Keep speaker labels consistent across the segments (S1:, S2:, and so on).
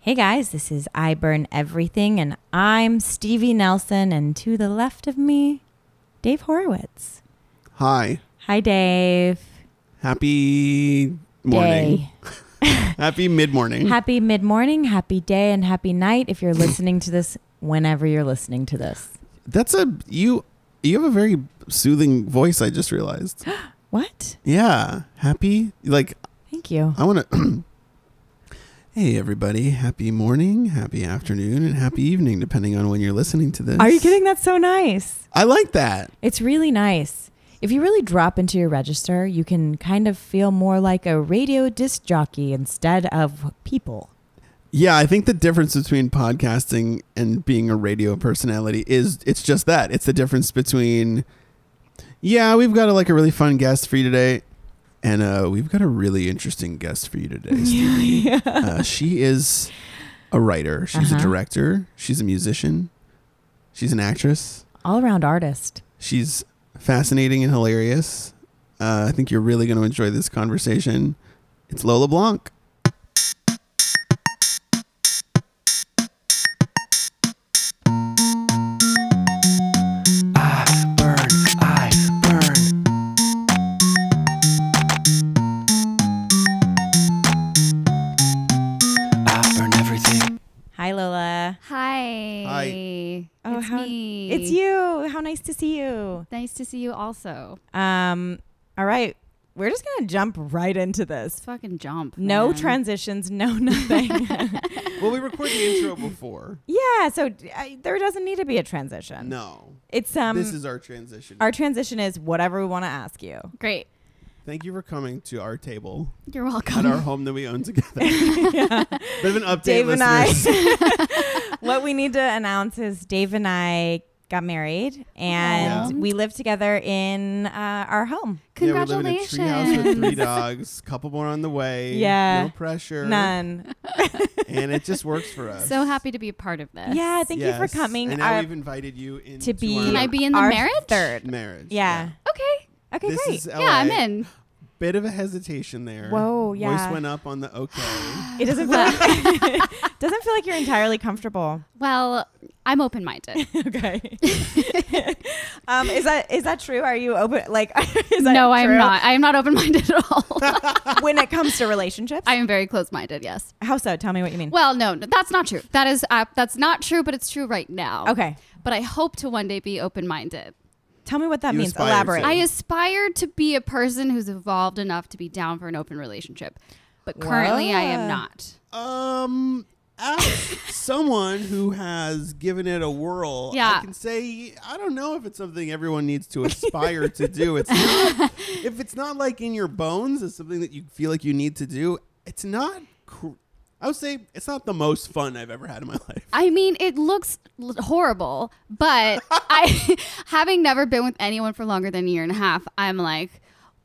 S1: Hey guys, this is I Burn Everything, and I'm Stevie Nelson, and to the left of me, Dave Horowitz.
S2: Hi.
S1: Hi, Dave.
S2: Happy morning.
S1: Day.
S2: Happy mid morning.
S1: Happy mid morning, happy day, and happy night if you're listening to this whenever you're listening to this.
S2: That's a you you have a very soothing voice, I just realized.
S1: What?
S2: Yeah. Happy like
S1: Thank you.
S2: I wanna Hey everybody, happy morning, happy afternoon, and happy evening, depending on when you're listening to this.
S1: Are you kidding? That's so nice.
S2: I like that.
S1: It's really nice. If you really drop into your register, you can kind of feel more like a radio disc jockey instead of people.
S2: Yeah, I think the difference between podcasting and being a radio personality is it's just that. It's the difference between yeah, we've got a, like a really fun guest for you today, and uh, we've got a really interesting guest for you today. Stevie. Uh, she is a writer. She's a
S1: Uh-huh.
S2: director. She's a musician. She's an actress.
S1: All around artist.
S2: She's fascinating and hilarious. Uh, I think you're really going to enjoy this conversation. It's Lola Blanc.
S1: Hi, Lola.
S3: Hi.
S2: Hi.
S1: Oh,
S3: it's
S1: how-
S3: me.
S1: It's you. How nice to see you.
S3: Nice to see you also.
S1: Um, all right. We're just going to jump right into
S3: Let's
S1: this.
S3: fucking jump.
S1: No
S3: man.
S1: transitions, no nothing.
S2: Well, we recorded the intro before.
S1: yeah, so uh, there doesn't need to be a transition.
S2: No.
S1: It's um
S2: this is our transition.
S1: our transition is whatever we want to ask you.
S3: Great.
S2: Thank you for coming to our table
S3: You're
S2: at
S3: welcome.
S2: our home that we own together. Bit of an update,
S1: Dave and I
S2: listeners.
S1: what we need to announce is Dave and I got married and
S3: Yeah.
S1: we live together in uh, our home.
S3: Congratulations.
S2: Yeah, we live in a treehouse with three dogs. Couple more on the way.
S1: Yeah.
S2: No pressure.
S1: None.
S2: And it just works for us.
S3: so happy to be a part of this.
S1: Yeah, thank you
S2: Yes.
S1: for coming. Uh,
S2: And now
S1: Our-
S2: we've invited you into
S1: to be
S3: Can
S2: our
S3: I be in the
S1: our
S3: marriage?
S1: Third.
S2: marriage.
S1: Yeah.
S3: Okay.
S1: Okay,
S2: this
S1: great.
S2: is
S3: Yeah,
S2: LA.
S3: I'm in.
S2: Bit of a hesitation there.
S1: Whoa, yeah.
S2: Voice went up on the okay.
S1: It doesn't feel like, doesn't feel like you're entirely comfortable.
S3: Well, I'm open minded.
S1: Okay. um, is that is that true? Are you open? Like, is that
S3: no, I'm
S1: true?
S3: not. I am not open minded at all.
S1: When it comes to relationships,
S3: I am very close minded, yes.
S1: how so? Tell me what you mean.
S3: Well, no, no, that's not true. That is uh, that's not true, but it's true right now.
S1: okay,
S3: But I hope to one day be open minded.
S1: tell me what that
S2: You
S1: means.
S2: aspire to.
S1: Elaborate.
S3: I aspire to be a person who's evolved enough to be down for an open relationship, but currently I
S1: Wow.
S3: am not.
S2: Um, as someone who has given it a whirl, I
S3: Yeah.
S2: can say I don't know if it's something everyone needs to aspire to do. It's not, if it's not like in your bones, it's something that you feel like you need to do. It's not. Cr- I would say it's not the most fun I've ever had in my life.
S3: I mean, it looks l- horrible, but I, having never been with anyone for longer than a year and a half, I'm like,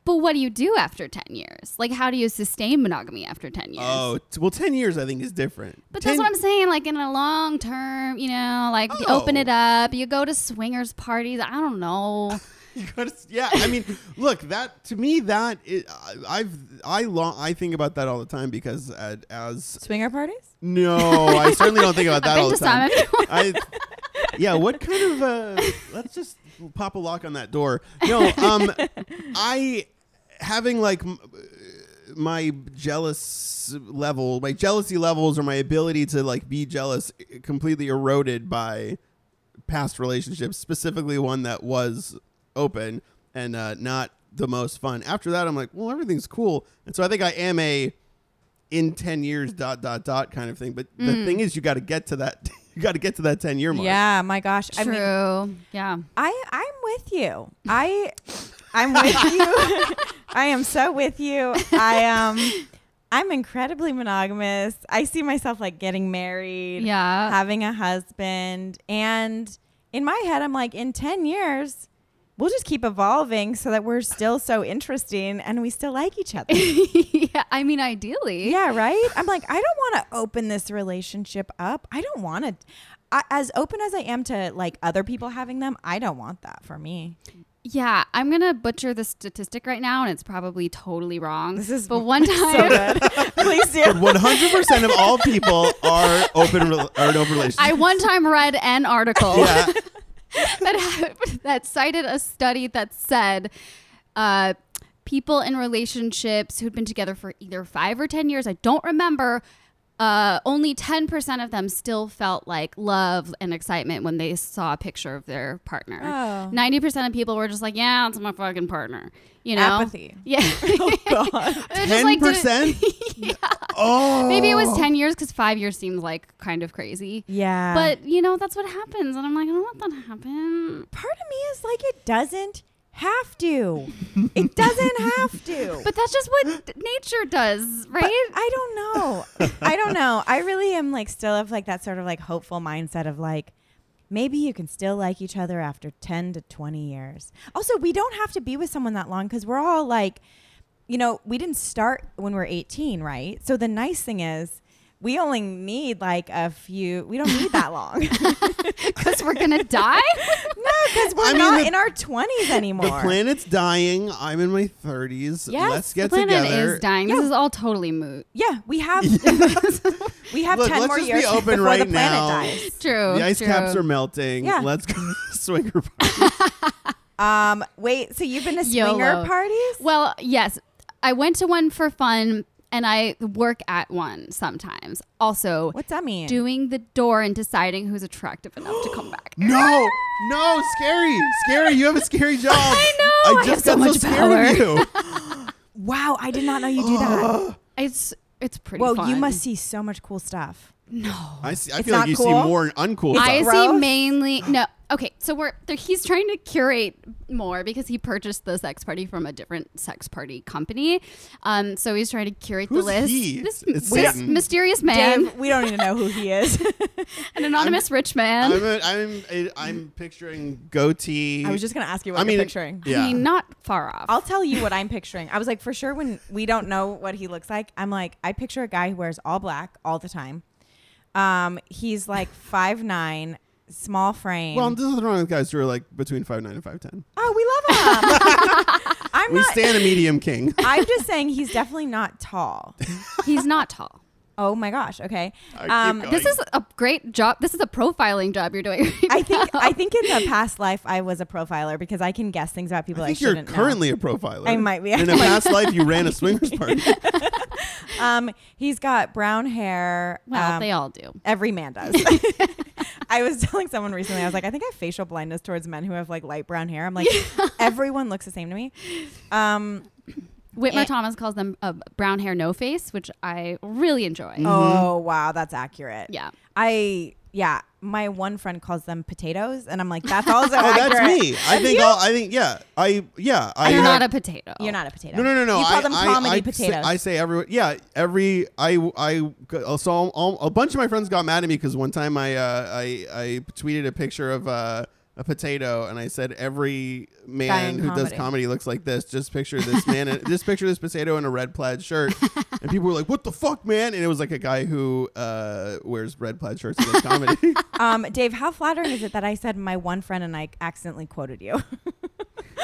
S3: but what do you do after 10 years? Like, how do you sustain monogamy after 10 years?
S2: Oh, t- well, ten years I think is different.
S3: But
S2: 10
S3: that's what I'm saying. Like in a long term, you know, like you open
S2: Oh.
S3: it up. You go to swingers parties. I don't know.
S2: You gotta s- yeah, I mean, look, that to me that i- I, I've I long I think about that all the time because uh, as
S1: Swinger parties?
S2: no, I certainly don't think about that
S3: Been
S2: all the
S3: to some
S2: time.
S3: if you want.
S2: I, yeah, what kind of uh, let's just pop a lock on that door. No, um, I having like m- my jealous level, my jealousy levels, or my ability to like be jealous completely eroded by past relationships, specifically one that was open and uh, not the most fun. After that, I'm like, well, everything's cool, and so I think I am a in 10 years dot dot dot kind of thing but the
S3: Mm.
S2: thing is you got to get to that you got to get to that 10 year mark
S1: Yeah, my gosh. I
S3: True.
S1: mean,
S3: yeah.
S1: I I'm with you. I I'm with you. I am so with you. I um I'm incredibly monogamous. I see myself like getting married,
S3: Yeah.
S1: having a husband, and in my head I'm like in 10 years we'll just keep evolving so that we're still so interesting and we still like each other.
S3: yeah. I mean, ideally.
S1: Yeah, right? I'm like, I don't want to open this relationship up. I don't want to. I, as open as I am to like other people having them, I don't want that for me.
S3: Yeah, I'm gonna butcher the statistic right now, and it's probably totally wrong.
S1: This is
S3: but one
S1: so
S3: time,
S1: good. Please do.
S2: One hundred percent of all people are open rel- are in open relationships.
S3: I one time read an article
S2: yeah,
S3: that had- that cited a study that said uh, people in relationships who'd been together for either five or ten years, I don't remember. Uh, only 10% of them still felt like love and excitement when they saw a picture of their partner.
S1: Oh.
S3: 90% of people were just like, yeah, it's my fucking partner. You know?
S1: Apathy.
S3: Yeah. Oh,
S1: God.
S3: It was just
S2: ten
S3: like, did it-
S2: percent. Oh,
S3: Maybe it was 10 years because five years seemed like kind of crazy.
S1: Yeah.
S3: But, you know, that's what happens. And I'm like, I don't let that happen.
S1: part of me is like, it doesn't have to. It doesn't have to.
S3: But that's just what nature does,
S1: But
S3: right?
S1: I don't know. I don't know. I really am like still of like that sort of like hopeful mindset of like maybe you can still like each other after 10 to 20 years. Also, we don't have to be with someone that long cuz we're all like you know, we didn't start when we're 18, right? So the nice thing is we only need like a few. We don't need that long. no,
S3: Because we're going to die?
S1: because we're
S2: I mean,
S1: not
S2: the-
S1: in our 20s anymore.
S2: The planet's dying. I'm in my thirties.
S1: Yes,
S2: let's get
S3: the planet
S2: together.
S3: is dying. This is all totally moot.
S1: yeah, we have we have
S2: Look,
S1: 10
S2: let's
S1: more
S2: just be
S1: years
S2: open
S1: before
S2: right
S1: the planet
S2: now.
S1: dies.
S3: True.
S2: The ice
S3: true.
S2: caps are melting.
S1: Yeah.
S2: Let's go to the swinger party.
S1: Um, wait, so you've been to swinger
S3: YOLO.
S1: parties?
S3: Well, yes. I went to one for fun and I work at one sometimes. Also,
S1: What's that mean?
S3: doing the door and deciding who's attractive enough to come back.
S2: No, no, scary, scary. You have a scary job. I
S3: know,
S2: I
S3: I
S2: just
S3: have so
S2: got
S3: much
S2: scared of you.
S1: wow, I did not know you do that.
S3: It's it's pretty
S1: Well, you
S3: fun.
S1: must see so much cool stuff.
S2: I, see, I
S1: It's
S2: feel like
S1: not
S2: you see
S1: cool.
S2: more uncool
S3: I
S2: stuff.
S3: see
S1: gross?
S3: mainly no. Okay, so we're there, he's trying to curate more because he purchased the sex party from a different sex party company. Um, so he's trying to curate
S2: Who's
S3: the list.
S2: he?
S3: This,
S2: It's
S3: this
S2: Satan.
S3: mysterious man,
S1: Dave, we don't even know who he is.
S3: an anonymous rich man.
S2: I'm, a, I'm, a, I'm picturing goatee.
S1: I was just gonna ask you what
S2: I mean,
S1: you're picturing.
S2: Yeah.
S3: I mean, not far off.
S1: I'll tell you what I'm picturing. I was like, for sure, when we don't know what he looks like, I'm like, I picture a guy who wears all black all the time. Um, he's like five nine, small frame.
S2: well, there's nothing wrong with guys who are like between five nine and five ten.
S1: oh, we love him. I'm
S2: We
S1: not.
S2: stand a medium king.
S1: I'm just saying he's definitely not tall.
S3: he's not tall.
S1: Oh my gosh. Okay. Um,
S2: I keep going.
S3: This is a great job. This is a profiling job you're doing. Right
S1: I think I think in the past life I was a profiler because I can guess things about people
S2: I
S1: I,
S2: think you're
S1: shouldn't know.
S2: currently a profiler.
S1: I might be.
S2: In a past life, you ran a swingers party.
S1: Um, he's got brown hair.
S3: well,
S1: um,
S3: they all do.
S1: every man does. I was telling someone recently, I was like, I think I have facial blindness towards men who have like light brown hair. I'm like, everyone looks the same to me. Um,
S3: Whitmer
S1: it-
S3: Thomas calls them a brown hair no face, which I really enjoy.
S2: Mm-hmm.
S1: oh wow, that's accurate.
S3: Yeah.
S1: I yeah, my one friend calls them potatoes, and I'm like, that's also
S2: Oh,
S1: accurate.
S2: that's me. I think. I'll, I think. Yeah. I. Yeah. I.
S3: You're
S2: have-
S3: not a potato.
S1: You're not a potato.
S2: No, no, no, no.
S1: You call
S2: I,
S1: them
S2: I-
S1: comedy
S2: I Say,
S1: potatoes.
S2: I say every yeah, every I I, I saw all, a bunch of my friends got mad at me because one time I uh, I I tweeted a picture of uh, a potato and I said every man
S1: in
S2: who does
S1: comedy.
S2: comedy looks like this. Just picture this man, and, just picture this potato in a red plaid shirt, and people were like, "What the fuck, man?" And it was like a guy who uh, wears red plaid shirts and does comedy.
S1: um, Dave, how flattering is it that I said my one friend and I accidentally quoted you?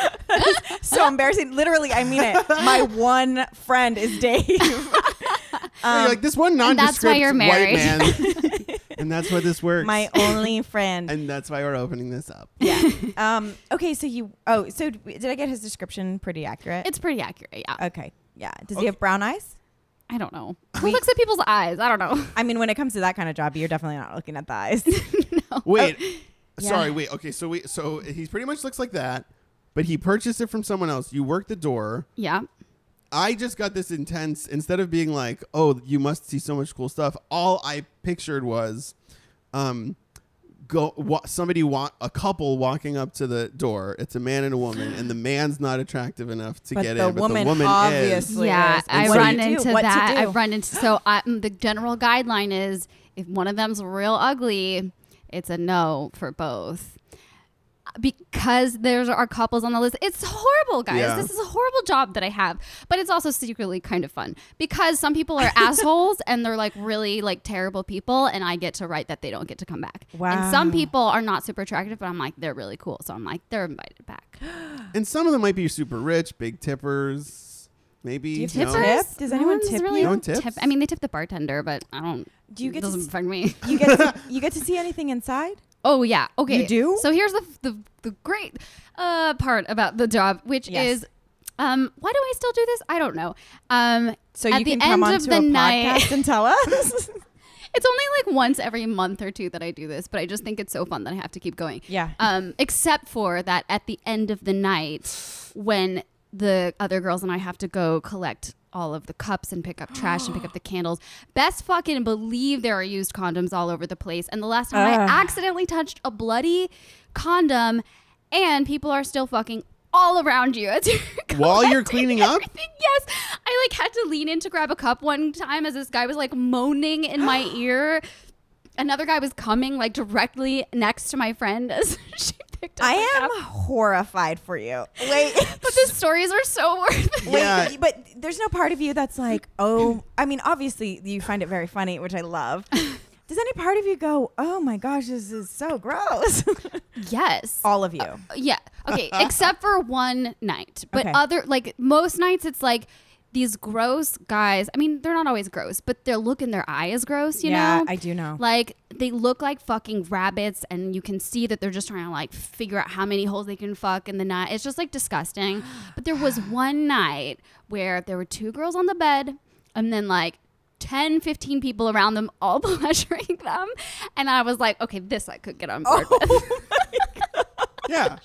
S1: so embarrassing. Literally, I mean it. My one friend is Dave.
S2: You're like this one
S3: and
S2: nondescript
S3: that's why you're
S2: white
S3: married."
S2: man, and that's why this works.
S1: my only friend.
S2: and that's why we're opening this up.
S1: yeah. Um, okay, so you. Oh, so d- did I get his description pretty accurate?
S3: It's pretty accurate. Yeah.
S1: okay. Yeah. Does
S2: Okay.
S1: he have brown eyes?
S3: I don't know. Who looks at people's eyes? I don't know.
S1: I mean, when it comes to that kind of job, you're definitely not looking at the eyes.
S2: Wait.
S1: yeah.
S2: Sorry, wait. Okay, so we so he pretty much looks like that, but he purchased it from someone else. You work the door.
S3: Yeah.
S2: I just got this intense instead of being like, "Oh, you must see so much cool stuff." All I pictured was um go wa- somebody wa- a couple walking up to the door. It's a man and a woman, and the man's not attractive enough to
S1: But
S2: get
S1: the
S2: in, but
S1: woman
S2: the woman is.
S1: obviously-
S3: Yeah.
S1: Yes.
S3: I
S2: What do
S3: run
S2: you
S1: do?
S3: into
S1: What to
S3: that. I
S1: do?
S3: run into. So I, mm, the general guideline is if one of them's real ugly, it's a no for both. because there's are couples on the list. It's horrible, guys.
S2: Yeah.
S3: This is a horrible job that I have, but it's also secretly kind of fun because some people are assholes and they're like really like terrible people, and I get to write that they don't get to come back. And some
S1: Wow.
S3: people are not super attractive, but I'm like they're really cool, so I'm like they're invited back.
S2: And some of them might be super rich, big tippers, maybe.
S1: Do you
S2: you know.
S1: tip? Tips? Does
S3: No
S1: anyone
S3: one's
S1: tip
S3: really
S1: you?
S2: No one tips?
S3: I mean, they tip the bartender, but I don't.
S1: Do you get to
S3: doesn't
S1: s-
S3: affect me?
S1: You get to, you get to see anything inside?
S3: Oh yeah. Okay.
S1: You do?
S3: So here's the the, the great uh, part about the job, which
S1: Yes.
S3: is, um, why do I still do this? I don't know. Um,
S1: So
S3: at
S1: you
S3: the
S1: can
S3: end
S1: come
S3: of
S1: onto
S3: the
S1: a
S3: night,
S1: podcast and tell us.
S3: it's only like once every month or two that I do this, but I just think it's so fun that I have to keep going.
S1: Yeah.
S3: Um, except for that at the end of the night when the other girls and I have to go collect all of the cups and pick up trash and pick up the candles. Best fucking believe there are used condoms all over the place. And the last time
S1: Ugh.
S3: I accidentally touched a bloody condom and people are still fucking all around you as you're
S2: While you're
S3: collecting
S2: cleaning up?
S3: everything. Yes. I like had to lean in to grab a cup one time as this guy was like moaning in my ear. Another guy was coming like directly next to my friend as she picked up.
S1: I
S3: the
S1: am
S3: cup.
S1: horrified for you. Wait,
S3: But the stories are so worth it.
S1: wait,
S2: Yeah.
S1: but there's no part of you that's like, oh, I mean, obviously you find it very funny, which I love. Does any part of you go, oh my gosh, this is so gross?
S3: Yes.
S1: All of you.
S3: Yeah. Okay. Except for one night. But
S1: Okay.
S3: other, like most nights, it's like these gross guys. I mean, they're not always gross, but their look in their eye is gross, you
S1: yeah,
S3: know?
S1: I do know.
S3: Like they look like fucking rabbits, and you can see that they're just trying to like figure out how many holes they can fuck in the night. It's just like disgusting. But there was one night where there were two girls on the bed, and then like 10, 15 people around them, all pleasuring them. And I was like, okay, this I could get on board with.
S2: Yeah.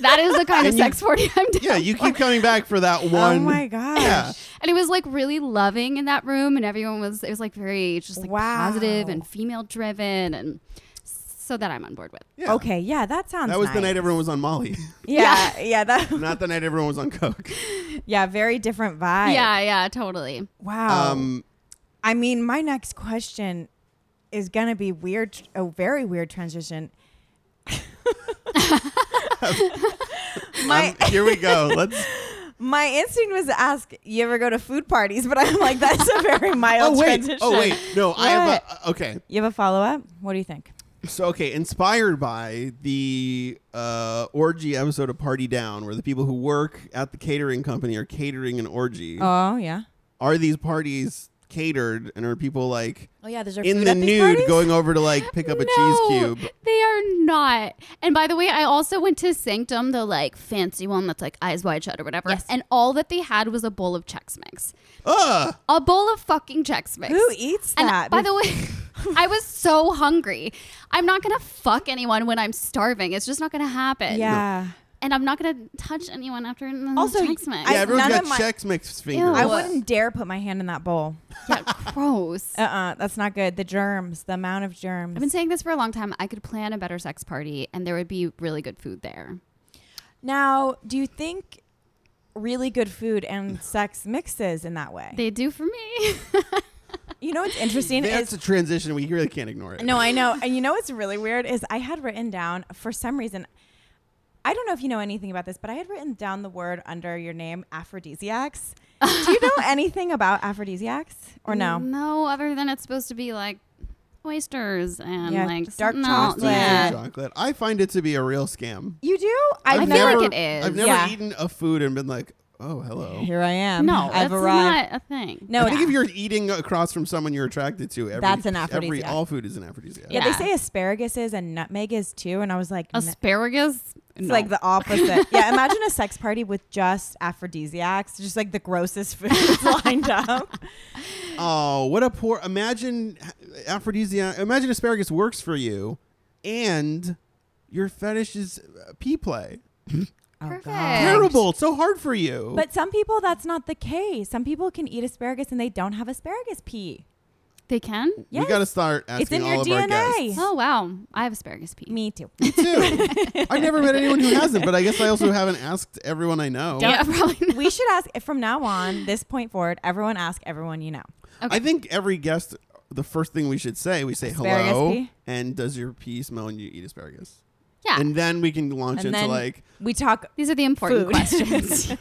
S3: That is the kind of
S2: And you-
S3: sex 40 I'm doing.
S2: Yeah, you keep coming back for that
S1: oh
S2: one.
S1: my gosh.
S2: Yeah.
S3: And it was like really loving in that room, and everyone was, it was like very just like
S1: Wow.
S3: positive and female driven. And so that I'm on board with.
S2: Yeah.
S1: Okay, yeah, that sounds.
S2: That was the
S1: nice.
S2: night everyone was on Molly,
S1: Yeah, yeah, that.
S2: not the night everyone was on Coke.
S1: Yeah, very different vibe.
S3: Yeah, yeah, totally.
S1: Wow.
S2: Um,
S1: I mean, my next question is gonna be weird, a very weird transition. my
S2: um, here we go. Let's.
S1: my instinct was to ask, you ever go to food parties? But I'm like, that's a very mild
S2: Oh wait.
S1: transition.
S2: Oh wait. No, I have a. uh, Okay.
S1: You have a follow up? What do you think?
S2: So okay, inspired by the uh, orgy episode of Party Down, where the people who work at the catering company are catering an orgy.
S1: Oh yeah.
S2: are these parties catered, and are people like
S1: Oh yeah. There's
S2: in the nude going over to like pick up a cheese cube?
S3: They are not. And by the way, I also went to Sanctum, the like fancy one that's like eyes wide shut or whatever.
S1: Yes.
S3: And all that they had was a bowl of Chex Mix.
S2: Ugh.
S3: A bowl of fucking Chex Mix.
S1: Who eats
S3: and
S1: that?
S3: by the way, I was so hungry. I'm not gonna fuck anyone when I'm starving. It's just not gonna happen.
S1: yeah.
S3: And I'm not gonna touch anyone after an
S1: Also,
S3: Chex Mix.
S1: I-
S2: Yeah, everyone's
S1: none
S2: got
S1: of my-
S2: Chex Mix fingers.
S1: I
S3: Ew.
S1: wouldn't dare put my hand in that bowl.
S3: yeah, gross.
S1: Uh uh that's not good. The germs, the amount of germs.
S3: I've been saying this for a long time. I could plan a better sex party, and there would be really good food there.
S1: Now, do you think really good food and sex mixes in that way?
S3: They do for me.
S1: you know what's interesting
S2: That's
S1: is
S2: a transition. We really can't ignore it.
S1: no, I know, and you know what's really weird is I had written down for some reason. I don't know if you know anything about this, but I had written down the word under your name aphrodisiacs. do you know anything about aphrodisiacs or no?
S3: No, other than it's supposed to be like oysters and
S1: Yeah,
S3: like
S1: dark
S3: something
S1: chocolate.
S3: else.
S2: It's really
S3: Yeah.
S1: Dark
S2: chocolate. I find it to be a real scam.
S1: You do? I've
S3: I feel
S1: never.
S3: like it is.
S2: I've never
S1: Yeah.
S2: eaten a food and been like, oh, hello.
S1: Here I am.
S3: No,
S1: I've
S3: that's
S1: arrived.
S3: not a thing.
S1: No,
S2: I think
S1: yeah.
S2: if you're eating across from someone you're attracted to, every,
S1: That's an
S2: Every,
S1: aphrodisiac.
S2: all food is an aphrodisiac.
S1: yeah,
S3: Yeah.
S1: they say asparagus is and nutmeg is too, and I was like, "N-
S3: Asparagus.
S1: It's
S3: No.
S1: like the opposite. yeah, imagine a sex party with just aphrodisiacs, just like the grossest foods lined up.
S2: Oh, what a poor. Imagine aphrodisiac. Imagine asparagus works for you, and your fetish is uh, pee play.
S1: Oh,
S3: God. Perfect.
S2: Terrible. It's so hard for you.
S1: But some people, that's not the case. Some people can eat asparagus and they don't have asparagus pee.
S3: they can.
S1: Yes.
S2: we got to start asking
S1: it's in
S2: all
S1: your
S2: of our
S1: DNA.
S2: guests.
S3: Oh wow, I have asparagus pee.
S1: Me too.
S2: Too. I've never met anyone who hasn't, but I guess I also haven't asked everyone I know.
S3: Yeah, probably. Not.
S1: we should ask from now on, this point forward, everyone ask everyone you know.
S2: I think every guest, the first thing we should say, we say
S1: Asparagus
S2: hello,
S1: pee?
S2: and does your pee smell when you eat asparagus?
S3: Yeah, Yeah.
S2: and then we can launch
S1: And
S2: into
S1: then
S2: like
S1: we talk
S3: These are the important
S1: Food.
S3: questions.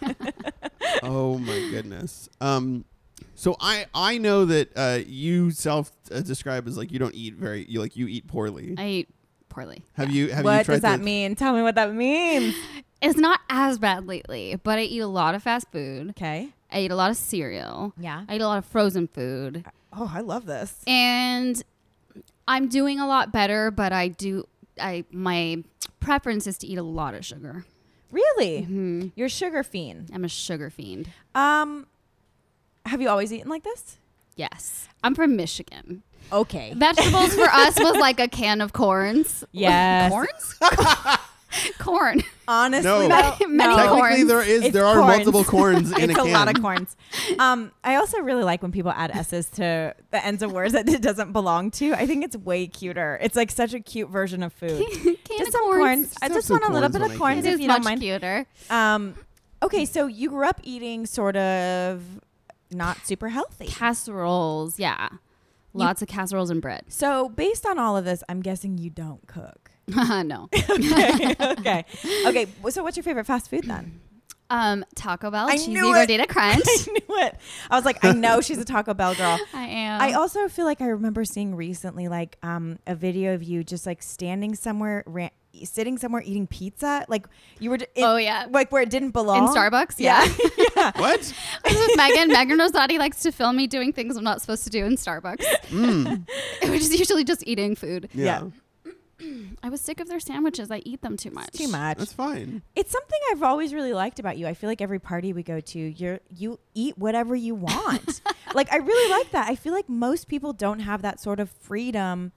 S2: oh my goodness. Um, so I I know that uh, you self uh, describe as like you don't eat very you like you eat poorly.
S3: I eat poorly.
S2: have you have you
S1: what
S2: tried
S1: does that
S2: to-
S1: mean? Tell me what that means.
S3: It's not as bad lately, but I eat a lot of fast food.
S1: Okay.
S3: I eat a lot of cereal.
S1: Yeah.
S3: I eat a lot of frozen food.
S1: Oh, I love this.
S3: and I'm doing a lot better, but I do I my preference is to eat a lot of sugar. Mm-hmm.
S1: Really? You're a sugar fiend.
S3: I'm a sugar fiend.
S1: Um, have you always eaten like this?
S3: Yes. I'm from Michigan.
S1: Okay.
S3: Vegetables for us was like a can of corns.
S1: Yes.
S3: Corns? Corn.
S1: Honestly, though-
S2: No.
S3: Many- many
S1: no.
S3: corn.
S2: Technically, there is
S1: It's
S2: there are
S1: corns.
S2: multiple corns in
S1: it's
S2: a
S1: a,
S2: can.
S1: lot of corns. Um, I also really like when people add s's to the ends of words that it doesn't belong to. I think it's way cuter. It's like such a cute version of food.
S3: can
S1: just
S3: of
S1: some corns. I
S2: Just
S1: just
S2: have
S1: want
S2: some
S1: a little
S2: corns
S1: bit
S2: when
S1: of
S2: I
S1: corns
S3: It
S2: can.
S1: if
S3: is
S1: you don't
S3: much
S1: mind.
S3: cuter.
S1: Um, okay, so you grew up eating sort of not super healthy.
S3: Casseroles, yeah. Lots of casseroles and bread.
S1: So based on all of this, I'm guessing you don't cook.
S3: no.
S1: okay. Okay. Okay. w- So what's your favorite fast food then?
S3: Um, Taco Bell,
S1: I
S3: cheesy
S1: knew it.
S3: gordita crunch.
S1: I knew it. Uh-huh. I was like, I know she's a Taco Bell girl.
S3: I am.
S1: I also feel like I remember seeing recently like um, a video of you just like standing somewhere, ra- sitting somewhere eating pizza. Like you were. d- in-
S3: Oh, yeah.
S1: Like where it didn't belong.
S3: in Starbucks, yeah.
S1: yeah.
S2: What?
S3: This is Megan. Megan Rosati likes to film me doing things I'm not supposed to do in Starbucks, which is usually just eating food.
S1: Yeah.
S3: I was sick of their sandwiches. I eat them too much.
S1: Too much.
S2: That's fine.
S1: It's something I've always really liked about you. I feel like every party we go to, you're you eat whatever you want. like I really like that. I feel like most people don't have that sort of freedom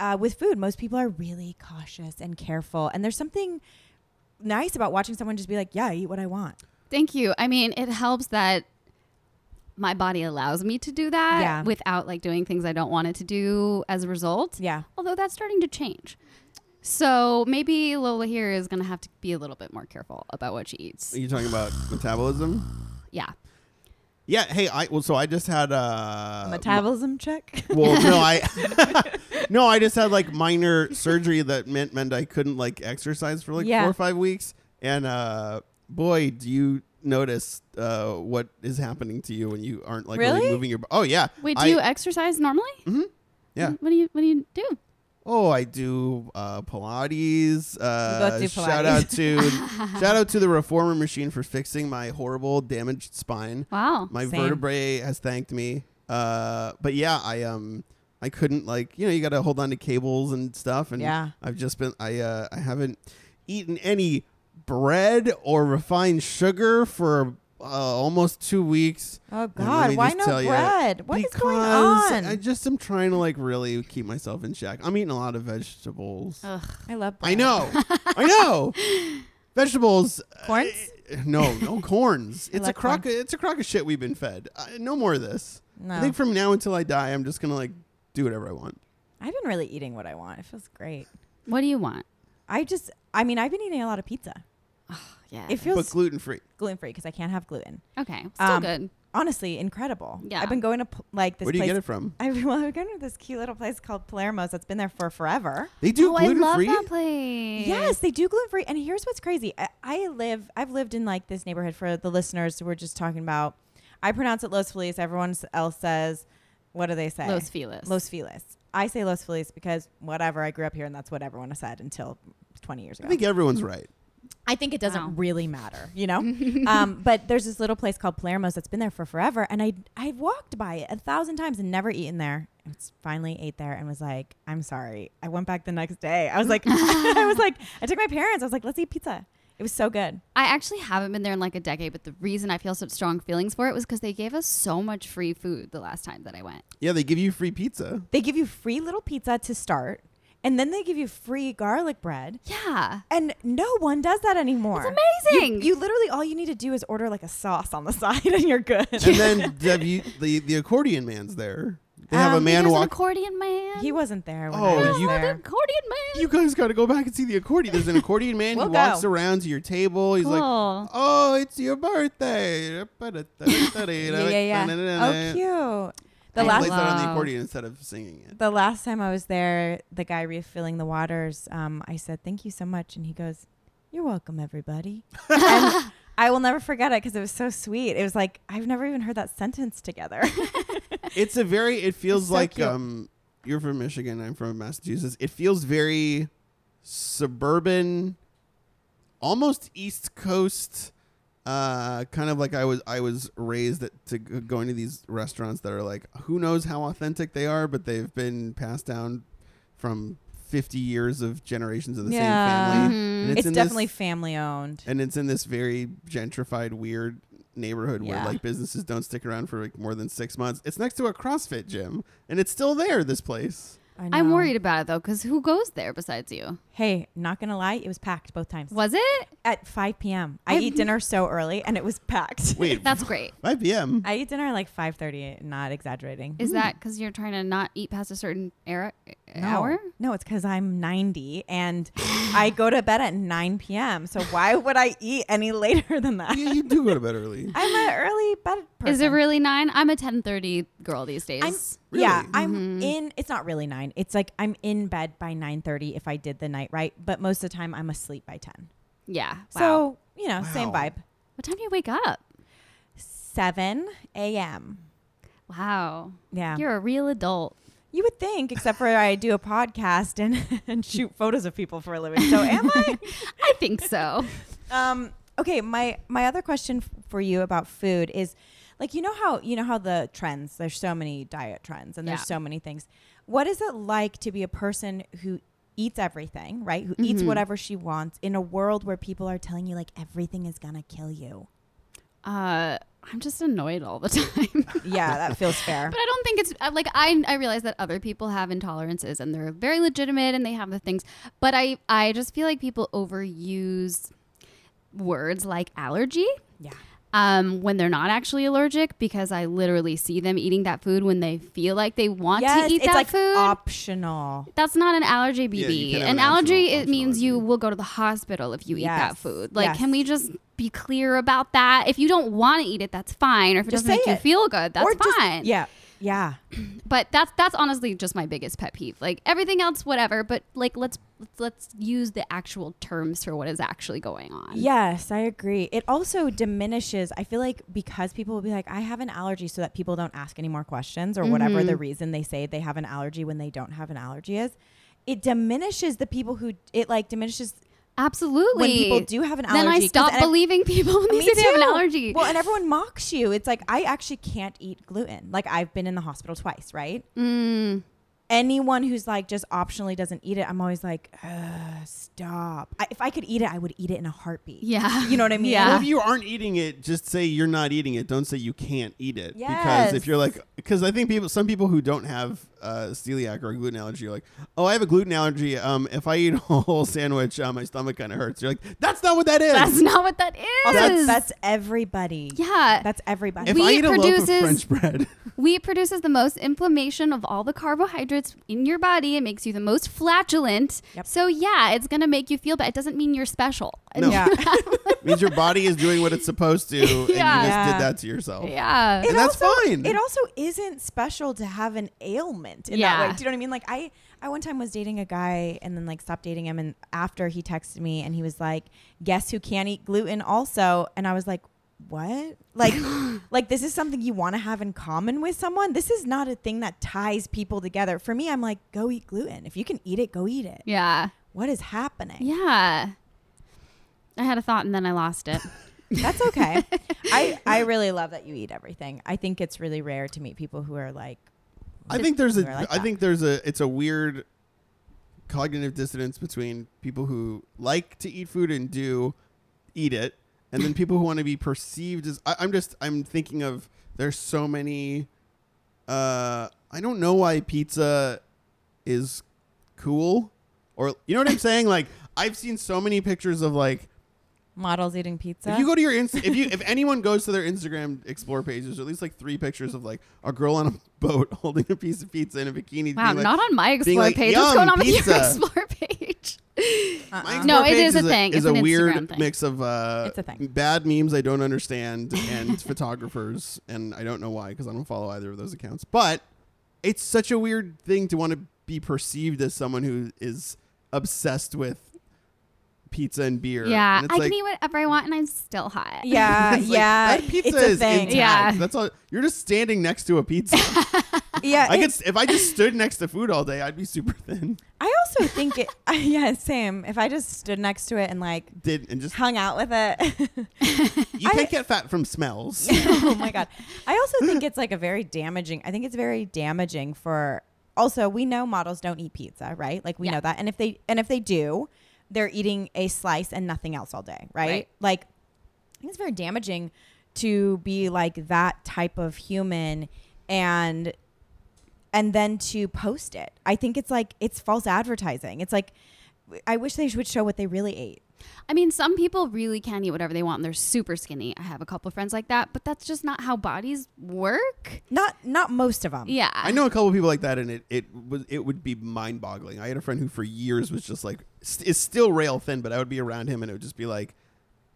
S1: uh, with food. Most people are really cautious and careful, and there's something nice about watching someone just be like, "Yeah, I eat what I want."
S3: Thank you. I mean, it helps that my body allows me to do that
S1: Yeah.
S3: without like doing things I don't want it to do as a result.
S1: Yeah.
S3: Although that's starting to change. So maybe Lola here is going to have to be a little bit more careful about what she eats.
S2: Are you talking about metabolism?
S3: Yeah.
S2: Yeah. Hey, I well, so I just had uh
S1: Metabolism check.
S2: Well, no, I no, I just had like minor surgery that meant meant I couldn't like exercise for like
S1: Yeah.
S2: four or five weeks, and uh, boy, do you notice uh, what is happening to you when you aren't like really,
S1: Really?
S2: moving your. b- Oh yeah,
S3: Wait, do
S2: I- Mm-hmm.
S3: you exercise normally?
S2: Yeah.
S3: What do you What do you do?
S2: Oh, I do uh, Pilates. Uh,
S1: both do
S2: Shout out to shout out to the reformer machine for fixing my horrible damaged spine.
S3: Wow.
S2: My
S1: Same.
S2: vertebrae has thanked me. Uh, but yeah, I um I couldn't like you know you got to hold on to cables and stuff and
S1: Yeah.
S2: I've just been I uh I haven't eaten any bread or refined sugar for uh, almost two weeks.
S1: Oh
S2: And let
S1: God,
S2: me
S1: why
S2: just
S1: no
S2: tell ya,
S1: bread? What is going
S2: because
S1: on?
S2: I just am trying to like really keep myself in check. I'm eating a lot of vegetables.
S1: Oh, I love. Bread.
S2: I know, I know. Vegetables,
S1: Corns?
S2: uh, no, no corns. It's a
S1: like
S2: crock. It's a crock of shit we've been fed. Uh, no more of this. I
S1: No.
S2: think from now until I die, I'm just gonna like do whatever I want.
S1: I've been really eating what I want. It feels great.
S3: What do you want?
S1: I just. I mean, I've been eating a lot of pizza.
S3: Yeah.
S1: It
S2: but
S1: feels
S2: gluten free.
S1: gluten free because I can't have gluten.
S3: okay. Still
S1: Um,
S3: good.
S1: honestly incredible.
S3: Yeah.
S1: I've been going to pl- like this
S2: Where do you
S1: place.
S2: get it from?
S1: I well, I've been to this cute little place called Palermo's that's been there for forever.
S2: They do
S3: oh, I
S2: gluten
S3: love
S2: free.
S3: that place.
S1: Yes, they do gluten free. And here's what's crazy: I, I live, I've lived in like this neighborhood for the listeners who were just talking about. I pronounce it Los Feliz. Everyone else says, what do they say?
S3: Los Feliz.
S1: Los Feliz. I say Los Feliz because whatever. I grew up here, and that's what everyone has said until 20 years ago.
S2: I think everyone's right.
S1: I think it doesn't
S3: Wow.
S1: really matter, you know. um, but there's this little place called Palermo's that's been there for forever, and I I've walked by it a thousand times and never eaten there. I s- finally ate there and was like, I'm sorry. I went back the next day. I was like, I was like, I took my parents. I was like, let's eat pizza. It was so good.
S3: I actually haven't been there in like a decade, but the reason I feel such strong feelings for it was because they gave us so much free food the last time that I went.
S2: Yeah, they give you free pizza.
S1: They give you free little pizza to start, and then they give you free garlic bread.
S3: Yeah.
S1: And no one does that anymore.
S3: It's
S1: You-
S3: amazing.
S1: you literally all you need to do is order like a sauce on the side, and you're good.
S2: And then w, the the accordion man's there. They have a
S1: Um,
S2: man
S3: There's an
S2: walk.
S3: accordion man.
S1: He wasn't there. When
S2: Oh,
S1: I
S3: Oh,
S1: was
S2: you-
S1: there.
S3: the accordion man.
S2: you guys got to go back and see the accordion. There's an accordion man
S1: We'll
S2: who walks
S1: go.
S2: around to your table. He's like,
S3: Cool.
S2: "Oh, it's your birthday."
S1: yeah, yeah, yeah. Oh, cute. The
S3: I
S1: last-
S2: plays that on the
S3: love-
S2: accordion instead of singing it.
S1: The last time I was there, the guy refilling the waters, um, I said, Thank you so much. And he goes, You're welcome, everybody. and I will never forget it because it was so sweet. It was like, I've never even heard that sentence together.
S2: It's a very. It feels
S1: It's so
S2: like
S1: cute.
S2: um, you're from Michigan. I'm from Massachusetts. It feels very suburban, almost East Coast. Uh, kind of like I was. I was raised at, to g- going to these restaurants that are like, who knows how authentic they are, but they've been passed down from 50 years of generations of the
S1: Yeah.
S2: same family.
S3: Mhm.
S2: And
S1: it's
S2: in this-
S1: definitely family owned.
S2: and it's in this very gentrified weird neighborhood where
S1: Yeah.
S2: like businesses don't stick around for like more than six months it's next to a crossfit gym and it's still there this place
S3: I'm
S1: know.
S3: worried about it though, because who goes there besides you?
S1: Hey, not going to lie, it was packed both times.
S3: Was it?
S1: At 5 p.m. I
S3: I've-
S1: eat dinner so early and it was packed.
S2: wait
S3: That's great.
S2: 5 p.m
S1: I eat dinner at like 5.30, not exaggerating.
S3: Is that because you're trying to not eat past a certain era,
S1: No.
S3: hour?
S1: No, it's because I'm 90 and I go to bed at 9 p.m. So why would I eat any later than that?
S2: yeah, you do go to bed early
S1: I'm an early bed person.
S3: Is it really nine? I'm a 10:30 girl these days.
S1: I'm,
S2: Really?
S1: Yeah,
S3: Mm-hmm.
S1: I'm in. It's not really nine. It's like I'm in bed by 9:30 if I did the night right, but most of the time I'm asleep by 10.
S3: yeah. Wow.
S1: So you know, same
S2: Wow.
S1: vibe.
S3: what time do you wake up?
S1: 7 a.m.
S3: Wow.
S1: Yeah,
S3: You're a real adult.
S1: you would think, except for I do a podcast and and shoot photos of people for a living. So am I?
S3: I think so.
S1: Um, okay, my my other question f- for you about food is, like, you know how you know how the trends. There's so many diet trends, and
S3: Yeah.
S1: there's so many things. What is it like to be a person who eats everything, right? Who eats
S3: Mm-hmm.
S1: whatever she wants in a world where people are telling you like everything is gonna kill you?
S3: Uh, I'm just annoyed all the time.
S1: yeah, that feels fair.
S3: But I don't think it's I- like I I realize that other people have intolerances and they're very legitimate and they have the things. But I I just feel like people overuse words like allergy
S1: Yeah,
S3: um, when they're not actually allergic because I literally see them eating that food when they feel like they want
S1: yes,
S3: to eat
S1: it's
S3: that
S1: like
S3: food.
S1: optional.
S3: That's not an allergy,
S2: Yeah,
S3: BB.
S2: you can have an
S3: an
S2: actual
S3: allergy, it
S2: functional
S3: means you
S2: allergy.
S3: will go to the hospital if you eat that
S1: Yes,
S3: food. Like,
S1: yes.
S3: can we just be clear about that? If you don't want to eat it, that's fine. Or if it
S1: Just
S3: doesn't make
S1: say
S3: you
S1: it.
S3: feel good, that's
S1: Or just-
S3: fine.
S1: yeah, yeah.
S3: But that's that's honestly just my biggest pet peeve. Like everything else, whatever. But like, let's let's, let's use the actual terms for what is actually going on.
S1: Yes, I agree. It also diminishes. I feel like because people will be like, I have an allergy, so that people don't ask any more questions or whatever
S3: Mm-hmm.
S1: the reason they say they have an allergy when they don't have an allergy is. It diminishes the people who it like diminishes
S3: absolutely.
S1: when people do have an allergy.
S3: then I
S1: 'cause-
S3: stop
S1: and I-
S3: believing people when they
S1: Me
S3: say they have an
S1: too.
S3: allergy.
S1: Well, and everyone mocks you. It's like I actually can't eat gluten. Like I've been in the hospital twice, right?
S3: Mm.
S1: Anyone who's like just optionally doesn't eat it, I'm always like, Ugh, stop. I, if I could eat it, I would eat it in a heartbeat.
S3: yeah,
S1: You know what I mean?
S2: Well,
S3: Yeah.
S2: if you aren't eating it, just say you're not eating it. Don't say you can't eat it. Because if
S1: Yes.
S2: you're like, because I think people, some people who don't have uh, celiac or gluten allergy are like, oh, I have a gluten allergy. Um, if I eat a whole sandwich, uh, my stomach kind of hurts. You're like, that's not what that is.
S3: that's not what that
S1: Also,
S3: is.
S1: that's, that's everybody.
S3: yeah.
S1: That's everybody.
S2: if
S3: We-
S2: I eat a loaf of
S3: produces-
S2: French bread,
S3: Wheat produces the most inflammation of all the carbohydrates in your body. It makes you the most flatulent.
S1: Yep.
S3: So yeah, it's gonna make you feel bad. It doesn't mean you're special.
S2: No.
S1: yeah.
S2: means your body is doing what it's supposed to, and you just
S1: Yeah.
S2: did that to yourself.
S3: Yeah.
S1: It
S2: And that's
S1: also,
S2: fine.
S1: It also isn't special to have an ailment in
S3: Yeah.
S1: that way. Do you know what I mean? Like I, I one time was dating a guy and then like stopped dating him, and after he texted me and he was like, "Guess who can't eat gluten?" Also, and I was like, "What? Like, like this is something you want to have in common with someone? This is not a thing that ties people together." For me, I'm like, "Go eat gluten. If you can eat it, go eat it."
S3: yeah.
S1: What is happening?
S3: Yeah. I had a thought and then I lost it.
S1: That's okay. I I really love that you eat everything. I think it's really rare to meet people who are like,
S2: I think there's a.
S1: They're like
S2: I
S1: that.
S2: think there's a. It's a weird cognitive dissonance between people who like to eat food and do eat it, and then people who want to be perceived as. I, I'm just. I'm thinking of. There's so many. Uh, I don't know why pizza is cool, or you know what I'm saying. Like I've seen so many pictures of like
S1: models eating pizza.
S2: If you go to your Insta, if you if anyone goes to their Instagram explore page, there's at least like three pictures of like a girl on a boat holding a piece of pizza in a bikini.
S3: Wow,
S2: being like,
S3: not on my explore
S2: like,
S3: page.
S2: "Yum,
S3: What's going on with
S2: pizza."
S3: your explore page?
S1: Uh-uh.
S2: Explore
S3: No, it
S2: page
S3: is a thing.
S2: Is
S3: It's
S2: a
S3: an Instagram
S2: weird
S3: thing.
S2: mix of uh,
S1: It's a thing.
S2: bad memes I don't understand and photographers, and I don't know why because I don't follow either of those accounts. But it's such a weird thing to want to be perceived as someone who is obsessed with pizza and beer.
S3: Yeah,
S2: and it's
S3: I
S2: like,
S3: can eat whatever I want and I'm still hot.
S1: Yeah,
S2: it's like,
S1: Uh, yeah.
S2: that pizza
S1: it's a
S2: is
S1: thing.
S2: intact.
S3: Yeah.
S2: That's all. You're just standing next to a pizza.
S1: Yeah,
S2: I
S1: it-
S2: could if I just stood next to food all day, I'd be super thin.
S1: I also think it. yeah, same. If I just stood next to it and like
S2: Did and just
S1: hung out with it.
S2: you
S1: I-
S2: can't get fat from smells.
S1: oh my god. I also think it's like a very damaging. I think it's very damaging for. Also, we know models don't eat pizza, right? Like we
S3: Yeah.
S1: know that, and if they and if they do, they're eating a slice and nothing else all day, right?
S3: Right.
S1: Like, I think it's very damaging to be like that type of human, and and then to post it. I think it's like it's false advertising. It's like I wish they would show what they really ate.
S3: I mean, some people really can eat whatever they want and they're super skinny. I have a couple friends like that, but that's just not how bodies work.
S1: Not not most of them.
S3: Yeah.
S2: Um, I know a couple people like that, and it it was it would be mind boggling. I had a friend who for years was just like st- is still rail thin, but I would be around him, and it would just be like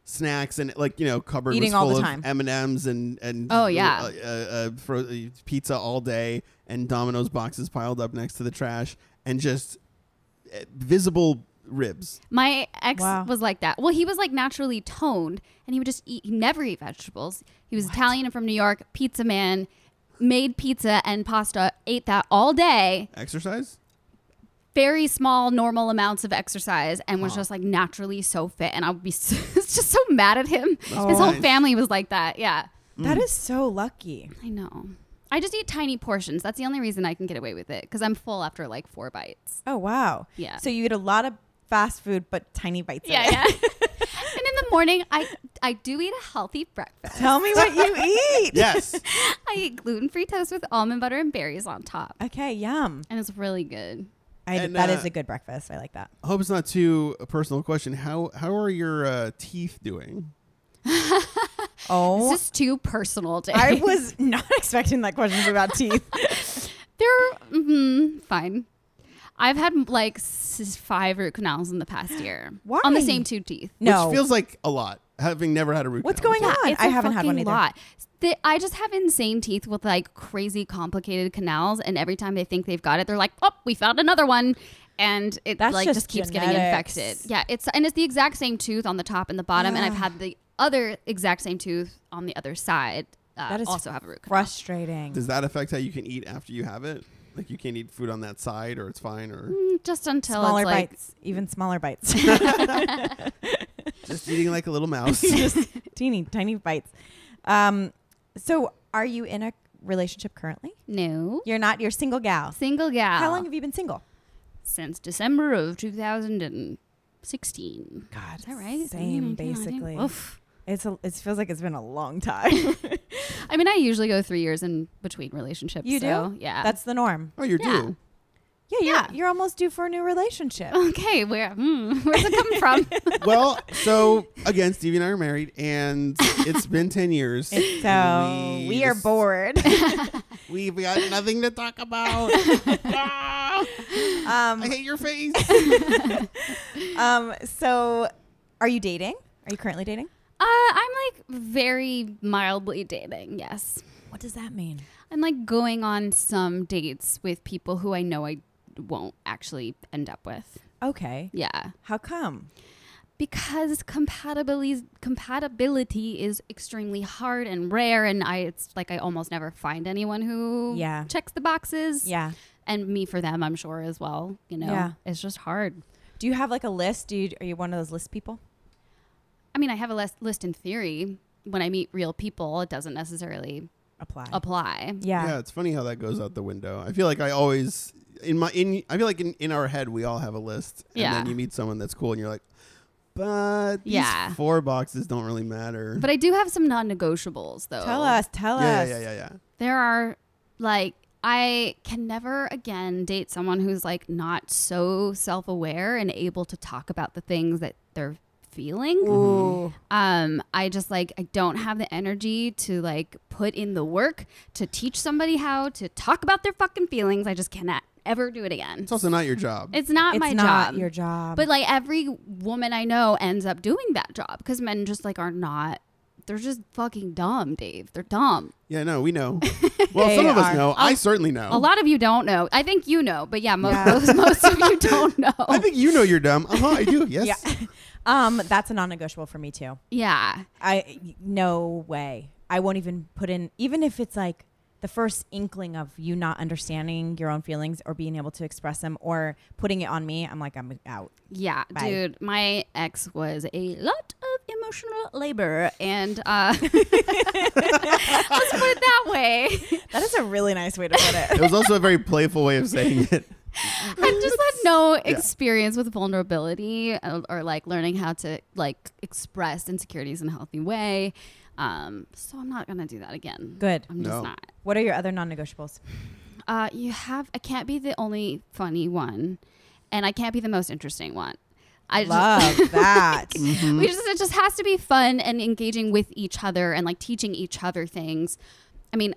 S2: snacks and like you know cupboard
S1: Eating
S2: was
S1: all
S2: full
S1: the time.
S2: of M and M's and and
S3: Oh, yeah.
S2: uh, uh, uh, fro- uh, pizza all day and Domino's boxes piled up next to the trash and just uh, visible ribs.
S3: My ex
S1: Wow.
S3: was like that. Well, he was like naturally toned and he would just eat, he never eat vegetables. He was Italian and from New York, pizza man, made pizza and pasta, ate that all day,
S2: Exercise.
S3: very small, normal amounts of exercise, and was
S2: Huh.
S3: just like naturally so fit. And I would be so, just so mad at him.
S1: Oh,
S3: His whole
S2: nice.
S3: family was like that. Yeah.
S1: That
S3: Mm.
S1: is so lucky.
S3: I know. I just eat tiny portions. That's the only reason I can get away with it because I'm full after like four bites.
S1: Oh wow.
S3: Yeah.
S1: So you eat a lot of fast food, but tiny bites. of it.
S3: yeah. and in the morning, I I do eat a healthy breakfast.
S1: Tell me what you eat.
S2: Yes.
S3: I eat gluten free toast with almond butter and berries on top.
S1: Okay. Yum.
S3: And it's really good.
S1: I, that is
S2: And, uh,
S1: a good breakfast. I like that.
S2: I hope it's not too a personal question. How how are your uh, teeth doing?
S1: Oh,
S3: This is too personal to
S1: I was not expecting that question about teeth.
S3: They're mhm, fine. I've had like s- five root canals in the past year.
S1: Why?
S3: On the same two teeth.
S1: No.
S2: Which feels like a lot, having never had a root.
S1: What's
S2: canal.
S1: going on?
S3: It's
S1: I
S3: a
S1: haven't had one
S3: fucking
S1: either.
S3: lot. The- I just have insane teeth with like crazy complicated canals, and every time they think they've got it, they're like, "Oh, we found another one," and it
S1: That's
S3: like
S1: just
S3: just, keeps getting
S1: genetics.
S3: infected. Yeah, it's and it's the exact same tooth on the top and the bottom, and I've had the other exact same tooth on the other side. Uh,
S1: That is
S3: also have a root canal.
S1: Frustrating.
S2: Does that affect how you can eat after you have it? Like you can't eat food on that side, or it's fine, or
S3: Mm, Just until
S1: smaller
S3: it's like
S1: bites, even smaller bites,
S2: just eating like a little mouse.
S1: just teeny tiny bites. Um, so are you in a relationship currently?
S3: no
S1: You're not. You're single gal.
S3: single gal.
S1: How long have you been single?
S3: since December of 2016?
S1: God,
S3: Is that right?
S1: Same,
S3: Mm, I don't know.
S1: basically.
S3: Oof.
S1: It's a, it feels like it's been a long time.
S3: I mean, I usually go three years in between relationships.
S1: You do?
S3: so, Yeah.
S1: That's the norm.
S2: oh, you're
S3: Yeah.
S2: due.
S1: Yeah, you're,
S3: Yeah. Oh,
S1: you're almost due for a new relationship.
S3: Okay, where hmm, where's it coming from?
S2: Well, so again, Stevie and I are married, and it's been ten years.
S1: So we, are
S2: just-
S1: bored.
S2: We've got nothing to talk about. Ah, I
S1: um,
S2: hate your face.
S1: um, so are you dating? Are you currently dating?
S3: Uh, I'm like very mildly dating. Yes,
S1: What does that mean?
S3: I'm like going on some dates with people who I know I won't actually end up with.
S1: Okay.
S3: Yeah,
S1: How come?
S3: because compatibility compatibility is extremely hard and rare, and I it's like I almost never find anyone who
S1: Yeah.
S3: checks the boxes.
S1: Yeah.
S3: and me for them, I'm sure as well. You know,
S1: Yeah.
S3: it's just hard.
S1: Do you have like a list? Do you, are you one of those list people?
S3: I mean, I have a list, list in theory. When I meet real people, it doesn't necessarily
S1: Apply.
S3: apply.
S1: yeah.
S2: yeah, it's funny how that goes out the window. I feel like I always in my in I feel like in, in our head we all have a list, and
S3: Yeah.
S2: then you meet someone that's cool, and you're like, but these
S3: Yeah.
S2: four boxes don't really matter.
S3: But I do have some non negotiables, though.
S1: Tell us. Tell
S2: yeah,
S1: us.
S2: yeah, yeah, yeah, yeah.
S3: There are, like, I can never again date someone who's, like, not so self aware and able to talk about the things that they're feeling.
S1: Mm-hmm. Ooh.
S3: um i just like i don't have the energy to like put in the work to teach somebody how to talk about their fucking feelings i just cannot ever do it again.
S2: It's also not your job.
S3: It's not
S1: it's
S3: my
S1: not
S3: job.
S1: your job.
S3: But like every woman I know ends up doing that job because men just like are not. They're just fucking dumb, Dave. They're dumb.
S2: yeah, no, we know. Well,
S1: They
S2: some of us
S1: are- Um,
S2: know. I certainly know.
S3: A lot of you don't know. I think you know, but yeah, most,
S1: Yeah.
S3: most, most of you don't know.
S2: I think you know you're dumb. Uh huh. I do. Yes.
S1: yeah, um, that's a non-negotiable for me too.
S3: yeah.
S1: I no way. I won't even put in even if it's like the first inkling of you not understanding your own feelings or being able to express them or putting it on me. I'm like I'm out.
S3: Yeah,
S1: Bye.
S3: dude, my ex was a lot of emotional labor, and uh, let's put it that way.
S1: That is a really nice way to put it.
S2: It was also a very playful way of saying it.
S3: I just had no experience with vulnerability uh, or like learning how to like express insecurities in a healthy way. Um, so I'm not gonna do that again.
S1: Good.
S3: I'm just
S2: No.
S3: not.
S1: What are your other non-negotiables?
S3: Uh, you have. I can't be the only funny one, and I can't be the most interesting one. I just-
S1: Love Mm-hmm. that.
S3: we just it just has to be fun and engaging with each other and like teaching each other things i mean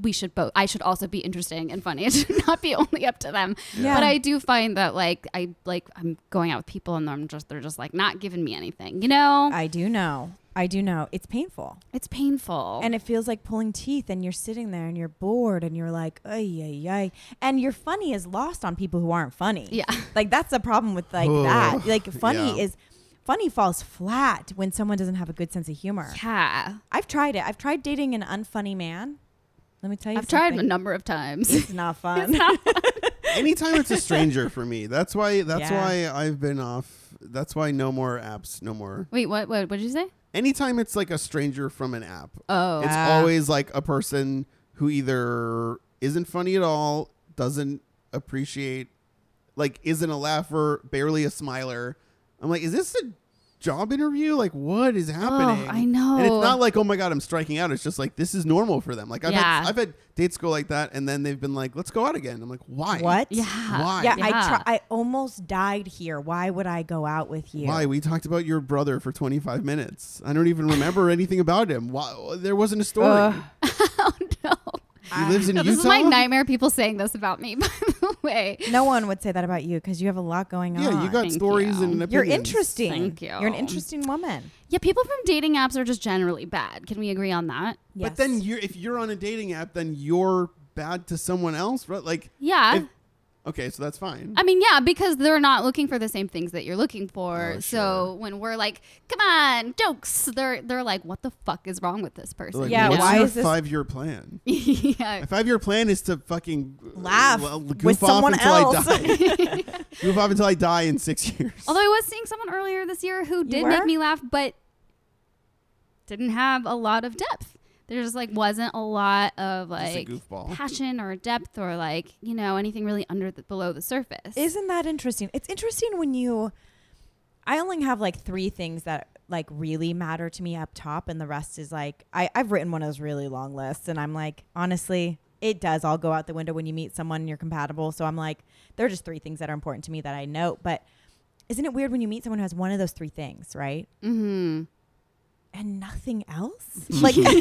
S3: we should both i should also be interesting and funny it should not be only up to them
S1: Yeah.
S3: but i do find that like i like i'm going out with people and i'm just they're just like not giving me anything you know
S1: I do know. I do know. It's painful.
S3: it's painful
S1: And it feels like pulling teeth and you're sitting there and you're bored and you're like, ay, ay, ay. And your funny is lost on people who aren't funny.
S3: Yeah.
S1: Like that's the problem with like
S2: Oh,
S1: that. Like funny
S2: yeah.
S1: is funny falls flat when someone doesn't have a good sense of humor.
S3: yeah
S1: I've tried it. I've tried dating an unfunny man. Let me tell you
S3: i've tried a
S1: something.
S3: number of times
S1: It's not fun.
S2: Anytime it's a stranger for me. That's why. That's
S1: Yeah.
S2: why I've been off. That's why no more apps. No more.
S3: wait what what what did you say
S2: Anytime it's like a stranger from an app.
S3: oh
S2: it's always like a person who either isn't funny at all, doesn't appreciate, like isn't a laugher, barely a smiler. I'm like, is this a job interview? Like, what is happening?
S3: Oh, I know.
S2: And it's not like, oh my god, I'm striking out. It's just like this is normal for them. Like, I've
S3: Yeah.
S2: had, I've had dates go like that, and then they've been like, let's go out again. I'm like, why?
S1: What?
S3: yeah
S2: Why?
S1: Yeah, I
S3: Yeah.
S1: try- I almost died here. Why would I go out with you?
S2: Why? We talked about your brother for 25 minutes. I don't even remember anything about him. Why? There wasn't a story.
S1: Ugh. Oh,
S3: no
S2: he lives in
S3: No,
S2: Utah.
S3: this is my nightmare people saying this about me by the way
S1: No one would say that about you because you have a lot going on.
S2: Yeah, you got
S3: Thank
S2: stories
S3: you.
S2: and opinions.
S1: You're interesting.
S3: Thank you.
S1: You're an interesting woman.
S3: Yeah, people from dating apps are just generally bad. Can we agree on that?
S1: Yes.
S2: But then you're if you're on a dating app, then you're bad to someone else, right? Like
S3: Yeah.
S2: if- okay, so that's fine.
S3: I mean, yeah, because they're not looking for the same things that you're looking for.
S2: Oh,
S3: So when we're like, "Come on, jokes," they're they're like, "What the fuck is wrong with this person?"
S2: Like,
S1: Yeah,
S2: what's
S1: why
S2: your
S1: is this-
S2: five year plan?
S3: yeah.
S2: My five year plan is to fucking uh,
S1: Laugh
S2: well, goof
S1: with
S2: off
S1: someone
S2: until
S1: else.
S2: I die. goof off until I die in six years.
S3: Although I was seeing someone earlier this year who did
S1: were?
S3: make me laugh, but didn't have a lot of depth. There just like wasn't a lot of
S2: Just a
S3: like
S2: goofball.
S3: passion or depth or like you know anything really under the below the surface.
S1: Isn't that interesting? It's interesting when you. I only have like three things that like really matter to me up top, and the rest is like I, I've written one of those really long lists, and I'm like, honestly, it does all go out the window when you meet someone and you're compatible. So I'm like, there are just three things that are important to me that I know. But isn't it weird when you meet someone who has one of those three things, right?
S3: mm-hmm.
S1: and nothing else like you're like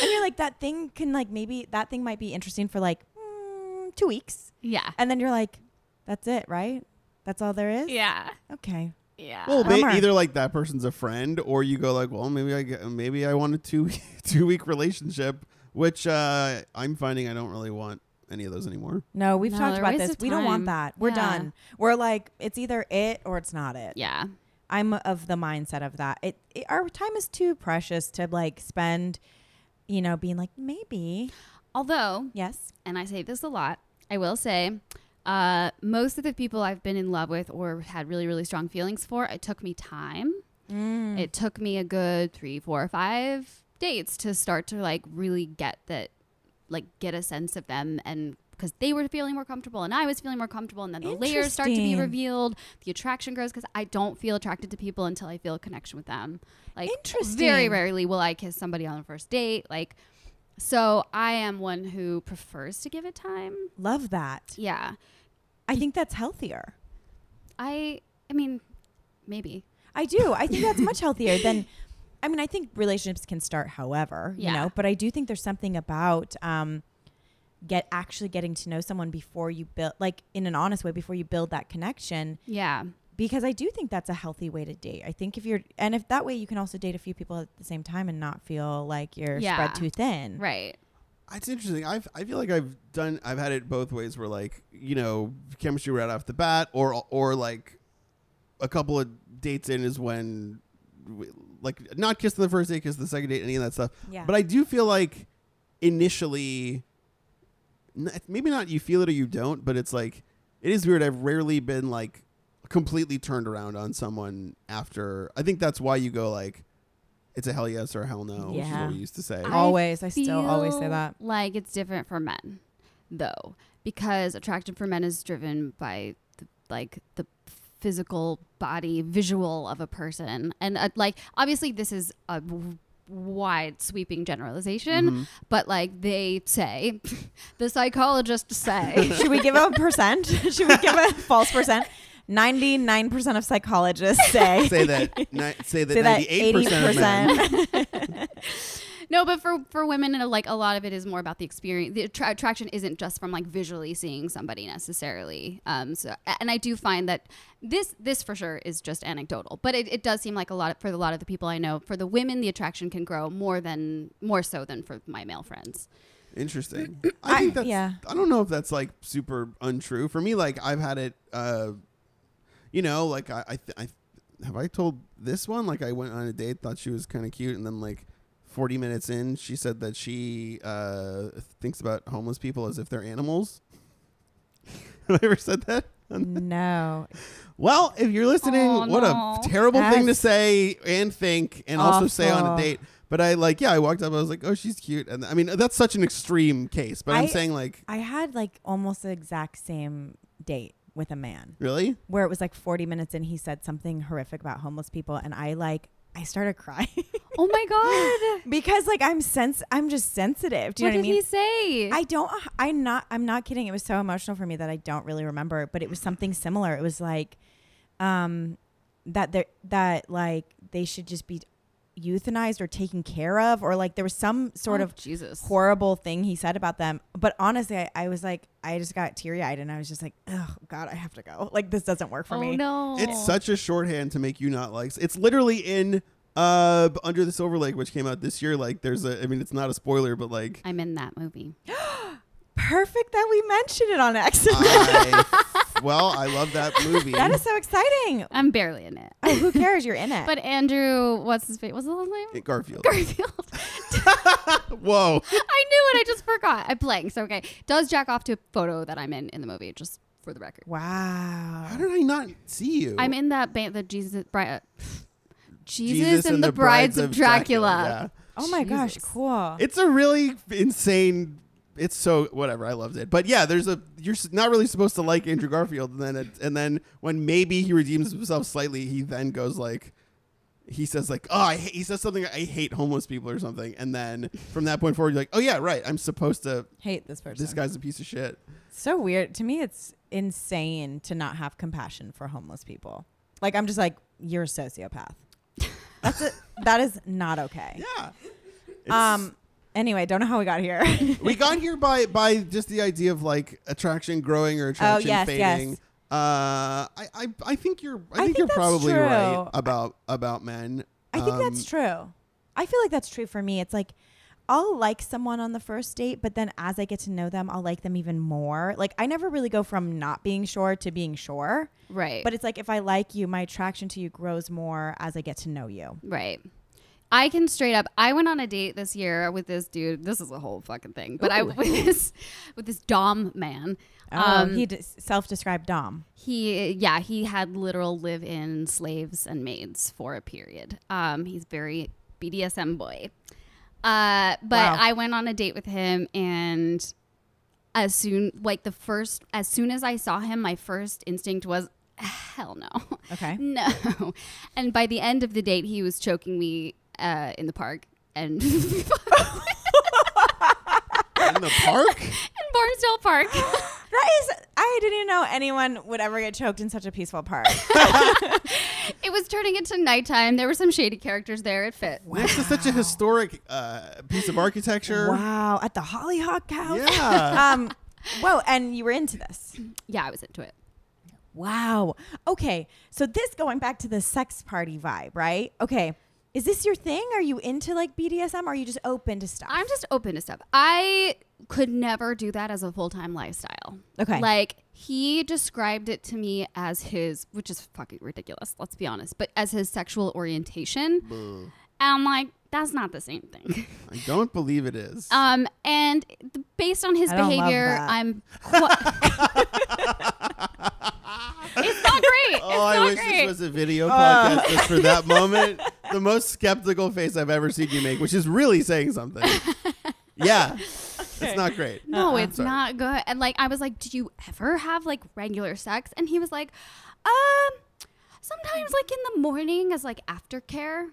S1: and you're like that thing can like maybe that thing might be interesting for like mm, two weeks
S3: Yeah.
S1: and then you're like that's it right that's all there is
S3: Yeah.
S1: okay
S3: Yeah.
S2: Well, ba-
S1: Bummer.
S2: either like that person's a friend, or you go like, well, maybe I get, maybe I want a two two week relationship, which uh, I'm finding I don't really want any of those anymore.
S1: no we've
S3: No,
S1: talked
S3: they're
S1: about
S3: waste
S1: this
S3: of
S1: we don't want
S3: time.
S1: that we're
S3: Yeah.
S1: done we're like it's either it or it's not it
S3: yeah.
S1: i'm of the mindset of that it, it our time is too precious to like spend you know being like maybe
S3: Although,
S1: yes
S3: and I say this a lot, I will say, uh, most of the people I've been in love with or had really, really strong feelings for, it took me time.
S1: Mm.
S3: It took me a good three, four, five dates to start to like really get that, like get a sense of them and because they were feeling more comfortable and I was feeling more comfortable and then the layers start to be
S1: Interesting.
S3: revealed, the attraction grows because I don't feel attracted to people until I feel a connection with them. Like very
S1: Interesting.
S3: rarely will I kiss somebody on the first date. Like so I am one who prefers to give it time.
S1: love that
S3: Yeah.
S1: i think that's healthier
S3: I I mean maybe.
S1: I do. I think that's much healthier than. I mean, I think relationships can start however,
S3: Yeah.
S1: you know, but I do think there's something about um, get actually getting to know someone before you build like in an honest way before you build that connection
S3: Yeah.
S1: because I do think that's a healthy way to date. I think if you're and if that way you can also date a few people at the same time and not feel like you're
S3: Yeah.
S1: spread too thin.
S3: Right.
S2: Ah, It's interesting. I've, I feel like I've done I've had it both ways where like, you know, chemistry right off the bat or or like a couple of dates in is when we- like not kiss on the first date, kiss on the second date, any of that stuff.
S1: Yeah.
S2: But I do feel like initially n- eh, maybe not you feel it or you don't, but it's like it is weird. I've rarely been like completely turned around on someone after. I think that's why you go like it's a hell yes or a hell no, which is
S1: Yeah.
S2: what we used to say.
S1: Always. I still always say
S3: feel
S1: that.
S3: Like it's different for men, though, because attraction for men is driven by the, like the physical body visual of a person, and uh, like obviously this is a w- wide sweeping generalization,
S1: Mm-hmm.
S3: but like they say, the psychologists say.
S1: Should we give a percent? Should we give a false percent? 99% of psychologists say
S2: Mm-hmm. say that ni- say that
S1: say that
S2: 98% of men
S1: 80%.
S3: No, but for for women, and like a lot of it is more about the experience. The attra- attraction isn't just from like visually seeing somebody necessarily. Um, so and I do find that this this for sure is just anecdotal, but it, it does seem like a lot for a lot of the people I know. For the women, the attraction can grow more than more so than for my male friends.
S2: Interesting. I think that's.
S1: yeah.
S2: I don't know if that's like super untrue for me. Like I've had it. Uh, you know, like I, I, th- I have I told this one. Like I went on a date, thought she was kind of cute, and then like. 40 minutes in, she said that she uh, thinks about homeless people as if they're animals. Have I ever said that?
S1: no.
S2: Well, if you're listening,
S3: Oh,
S2: what
S3: no.
S2: a terrible thing to
S1: That's
S2: say and think and also say on a
S1: awful.
S2: date. But I like, yeah, I walked up, I was like, oh, she's cute. And I mean, that's such an extreme case, but I,
S1: I-
S2: am saying, like,
S1: I had like almost the exact same date with a man
S2: really?
S1: where it was like 40 minutes and he said something horrific about homeless people and I like I started crying
S3: Oh my
S1: because like I'm sense I'm just sensitive. Do
S3: god!
S1: you
S3: what
S1: know
S3: did
S1: what I mean?
S3: he say?
S1: I don't. uh, I'm not. I'm not kidding. It was so emotional for me that I don't really remember. But it was something similar. It was like, um, that they that like they should just be euthanized or taken care of, or like there was some sort
S3: Oh,
S1: of
S3: Jesus.
S1: horrible thing he said about them. But honestly, I, I was like, I just got teary eyed, and I was just like, oh God, I have to go. Like this doesn't work for
S3: oh
S1: me.
S3: no!
S2: It's such a shorthand to make you not like. It's literally in uh, Under the Silver Lake, which came out this year. Like, there's a, I mean, it's not a spoiler, but like,
S3: I'm in that movie.
S1: Perfect that we mentioned it on accident.
S2: I, well, I love that movie.
S1: that is so exciting.
S3: I'm barely in it.
S1: Oh, who cares? You're in it.
S3: But Andrew, what's his face? What's his last name?
S2: Garfield.
S3: Garfield.
S2: Whoa.
S3: I knew it. I just forgot. I blanked. So, okay. Does jack off to a photo that I'm in in the movie, just for the record.
S1: wow.
S2: How did I not see you?
S3: I'm in that band, the Jesus, bri- uh, Jesus, and, the, Brides, of Dracula.
S2: Yeah.
S1: Oh my gosh,
S3: Jesus.
S1: cool.
S2: It's a really insane. It's so whatever. I loved it, but yeah, there's a you're s- not really supposed to like Andrew Garfield, and then it, and then when maybe he redeems himself slightly, he then goes like, he says like, oh, I hate, he says something I hate homeless people or something, and then from that point forward, you're like, oh yeah, right, I'm supposed to.
S1: Hate this person.
S2: This guy's a piece of shit.
S1: So weird. To me, it's insane to not have compassion for homeless people. Like, I'm just like, you're a sociopath. That's a, that is not okay.
S2: Yeah. It's-
S1: Um. Anyway, don't know how we got here.
S2: we got here by by just the idea of like attraction growing or attraction
S1: Oh, yes,
S2: fading.
S1: yes.
S2: Uh, I, I I think you're I,
S1: I
S2: think,
S1: think
S2: you're
S1: that's
S2: probably
S1: true.
S2: right about about men.
S1: I think
S2: Um,
S1: that's true. I feel like that's true for me. It's like I'll like someone on the first date, but then as I get to know them, I'll like them even more. Like I never really go from not being sure to being sure,
S3: Right.
S1: but it's like if I like you, my attraction to you grows more as I get to know you.
S3: Right. I can straight up. I went on a date this year with this dude. This is a whole fucking thing. But I with this with this dom man.
S1: Oh, he d- self-described Dom.
S3: He, yeah, he had literal live in slaves and maids for a period. Um, he's very BDSM boy. Uh, but
S1: Wow.
S3: I went on a date with him, and as soon, like the first, as soon as I saw him, my first instinct was, hell no.
S1: Okay.
S3: No. And by the end of the date, he was choking me uh, in the park and
S2: in the park.
S3: in Barnesdale Park.
S1: That is, I didn't even know anyone would ever get choked in such a peaceful park.
S3: It was turning into nighttime. There were some shady characters there. It fit.
S2: Next is such a historic uh, piece of architecture.
S1: wow, at the Hollyhock House.
S2: Yeah.
S1: Um, whoa, and you were into this.
S3: Yeah, I was into it.
S1: Wow. Okay. So this going back to the sex party vibe, right? Okay. Is this your thing? Are you into like BDSM? Or are you just open to stuff?
S3: I'm just open to stuff. I could never do that as a full time lifestyle.
S1: Okay.
S3: Like he described it to me as his, which is fucking ridiculous. Let's be honest, but as his sexual orientation, and I'm like, that's not the same thing.
S2: I don't believe it is.
S3: Um, and th- based on his
S1: I don't love
S3: behavior,
S1: that.
S3: I'm. Qu- it's not great. It's
S2: oh, I
S3: not
S2: wish this
S3: great.
S2: was a video
S1: Uh.
S2: podcast just for that moment. The most skeptical face I've ever seen you make, which is really saying something. yeah. It's not great.
S3: no, it's
S2: Uh-uh. Sorry.
S3: not good. And like, I was like, "Did you ever have like regular sex?" And he was like, "Um, sometimes like in the morning as like aftercare."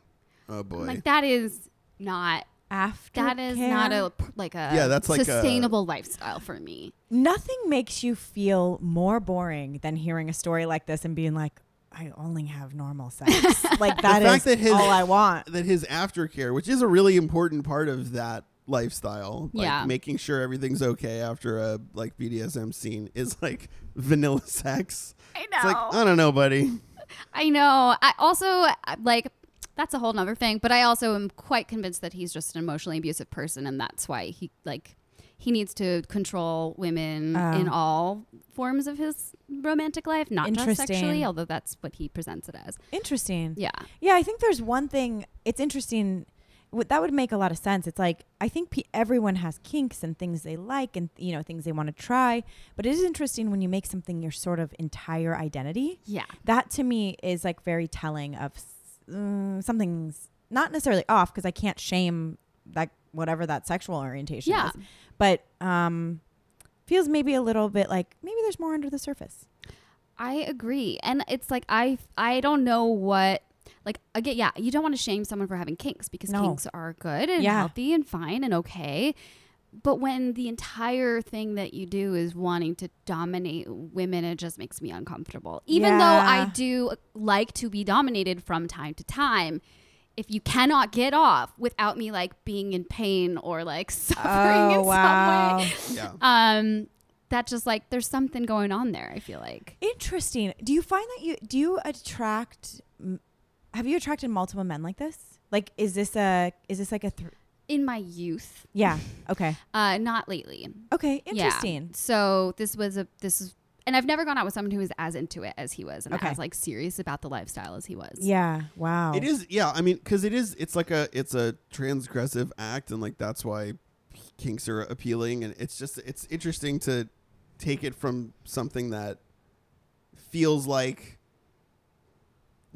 S2: Oh boy.
S3: I'm Like that is not.
S1: After
S3: That is not a like a
S2: Yeah, that's like a-
S3: sustainable lifestyle for me.
S1: Nothing makes you feel more boring than hearing a story like this and being like, I only have normal sex. like that
S2: fact
S1: is
S2: that his-
S1: all I want.
S2: that his aftercare, which is a really important part of that lifestyle, like
S3: Yeah.
S2: making sure everything's okay after a like BDSM scene is like vanilla sex.
S3: I know.
S2: It's like I don't know, buddy.
S3: I know. I also I- like that's a whole nother thing, but I also am quite convinced that he's just an emotionally abusive person and that's why he like he needs to control women
S1: Oh.
S3: in all forms of his romantic life, not just
S1: Interesting.
S3: sexually, although that's what he presents it as.
S1: Interesting.
S3: Yeah.
S1: Yeah, I think there's one thing. It's interesting. What that would make a lot of sense. It's like I think pe- everyone has kinks and things they like, and you know things they want to try. But it is interesting when you make something your sort of entire identity.
S3: Yeah.
S1: That to me is like very telling of s- mm, something's not necessarily off because I can't shame that whatever that sexual orientation
S3: Yeah.
S1: is. But um, feels maybe a little bit like maybe there's more under the surface.
S3: I agree. And it's like I I don't know what like again, yeah, you don't want to shame someone for having kinks because
S1: No.
S3: kinks are good and
S1: Yeah.
S3: healthy and fine and okay. But when the entire thing that you do is wanting to dominate women, it just makes me uncomfortable. Even though I
S1: Yeah.
S3: do like to be dominated from time to time, if you cannot get off without me like being in pain or like suffering
S1: Oh,
S3: in some way,
S2: Yeah.
S3: um, that just like there's something going on there. I feel like.
S1: Interesting. Do you find that you do you attract? m- Have you attracted multiple men like this? Like, is this a is this like a? Th-
S3: in my youth
S1: yeah. Okay.
S3: uh not lately
S1: Okay.
S3: Yeah.
S1: Interesting.
S3: so this was a this is and i've never gone out with someone who was as into it as he was and
S1: Okay.
S3: as like serious about the lifestyle as he was
S1: Yeah. Wow.
S2: It is, yeah. I mean, because it is, it's like a, it's a transgressive act, and like that's why kinks are appealing, and it's just, it's interesting to take it from something that feels like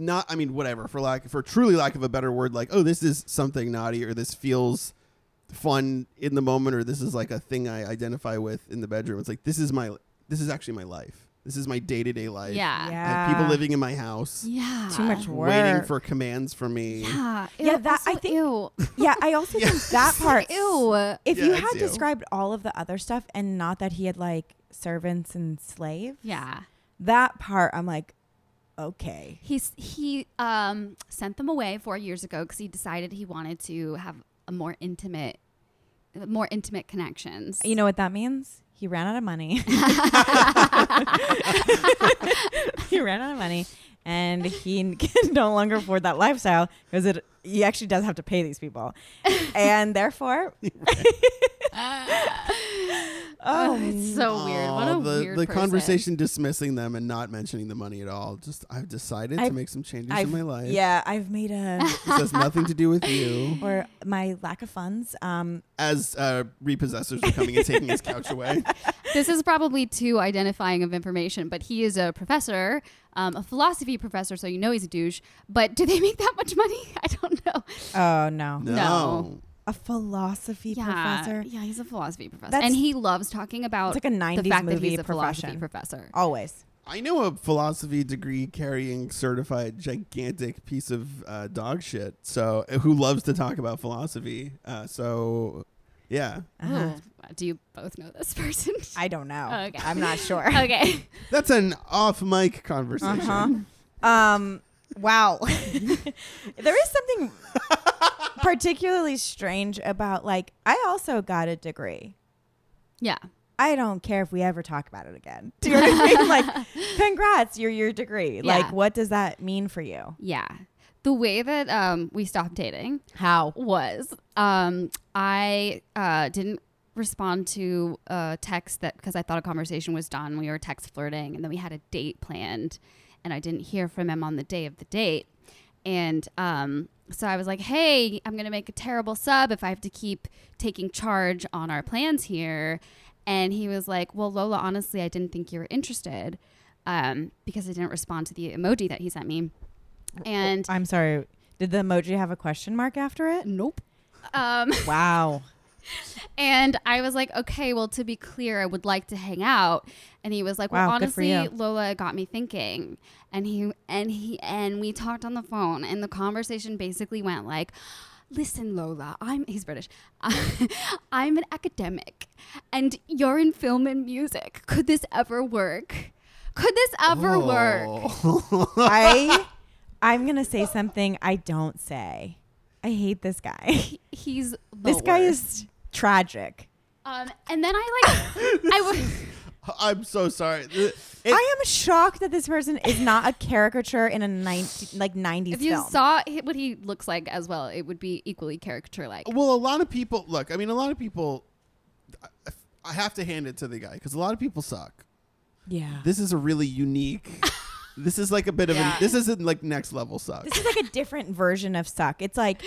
S2: not, I mean, whatever for lack, for truly lack of a better word, like, oh, this is something naughty, or this feels fun in the moment, or this is like a thing I identify with in the bedroom. It's like this is my, this is actually my life. This is my day to day life.
S3: yeah
S2: I
S1: Yeah.
S2: have people living in my house
S3: yeah
S1: Too much work.
S2: waiting for commands from me.
S3: yeah
S1: Yeah,
S3: Ew,
S1: that- I
S3: also,
S1: think-
S3: ew
S1: Yeah. I also think that part.
S3: ew
S1: If
S2: Yeah,
S1: you
S2: it's
S1: had
S2: ew.
S1: described all of the other stuff and not that he had like servants and slaves,
S3: yeah
S1: that part I'm like, okay.
S3: he's he um sent them away four years ago because he decided he wanted to have a more intimate more intimate connections
S1: You know what that means? He ran out of money. he ran out of money, and he n- can no longer afford that lifestyle because it he actually does have to pay these people, and therefore, oh,
S3: it's so weird what
S2: Aw,
S3: a
S2: the,
S3: weird
S2: the
S3: person.
S2: conversation dismissing them and not mentioning the money at all. Just I've decided to
S1: I've-
S2: make some changes
S1: I've-
S2: in my life.
S1: yeah, I've made a
S2: This has nothing to do with you.
S1: or my lack of funds. Um,
S2: As uh, repossessors are coming and taking his couch away.
S3: this is probably too identifying of information, but he is a professor, um, a philosophy professor, so you know he's a douche. But do they make that much money? I don't know.
S1: oh no,
S2: No.
S3: No.
S1: a philosophy
S3: yeah,
S1: professor.
S3: yeah, he's a philosophy professor,
S1: That's-
S3: and he loves talking about
S1: It's like a
S3: the
S1: '90s
S3: fact that
S1: movie
S3: he's a philosophy
S1: profession.
S3: professor.
S1: Always.
S2: I know a philosophy degree carrying certified gigantic piece of uh, dog shit. So who loves to talk about philosophy? Uh, so Uh, yeah,
S3: Ooh, Do you both know this person?
S1: Uh-huh. I don't know.
S3: Oh, okay.
S1: I'm not sure.
S3: okay.
S2: That's an off mic conversation.
S1: Uh-huh. Um, wow. there is something particularly strange about like I also got a degree.
S3: Yeah.
S1: I don't care if we ever talk about it again. Do you know what I mean? Like, congrats, you're your degree. Like,
S3: Yeah.
S1: what does that mean for you?
S3: Yeah. The way that um, we stopped dating
S1: How?
S3: was um, I uh, didn't respond to a text that because I thought a conversation was done. We were text flirting, and then we had a date planned, and I didn't hear from him on the day of the date. And um, so I was like, "Hey, I'm gonna make a terrible sub if I have to keep taking charge on our plans here." And he was like, "Well, Lola, honestly, I didn't think you were interested um, because I didn't respond to the emoji that he sent me." And
S1: I'm sorry. Did the emoji have a question mark after it?
S3: nope. Um,
S1: Wow.
S3: And I was like, okay, well, to be clear, I would like to hang out. And he was like, well,
S1: Wow, good for
S3: honestly,
S1: you.
S3: Lola it got me thinking. And he and he and we talked on the phone, and the conversation basically went like, listen, Lola, I'm he's British, I'm an academic, and you're in film and music. Could this ever work? Could this ever
S1: Oh.
S3: work?
S1: I, I'm gonna say something I don't say. I hate this guy.
S3: He's the
S1: This guy
S3: worst.
S1: is tragic.
S3: Um, and then I like, I was.
S2: I'm so sorry. Th- it-
S1: I am shocked that this person is not a caricature in a 90, like 90s
S3: If you
S1: film.
S3: saw hi- what he looks like as well, it would be equally caricature like.
S2: well, a lot of people look. I mean, a lot of people. I- I have to hand it to the guy because a lot of people suck.
S1: yeah.
S2: This is a really unique. this is like a bit of an.
S1: Yeah.
S2: This isn't like next level suck.
S1: This is like a different version of suck. It's like,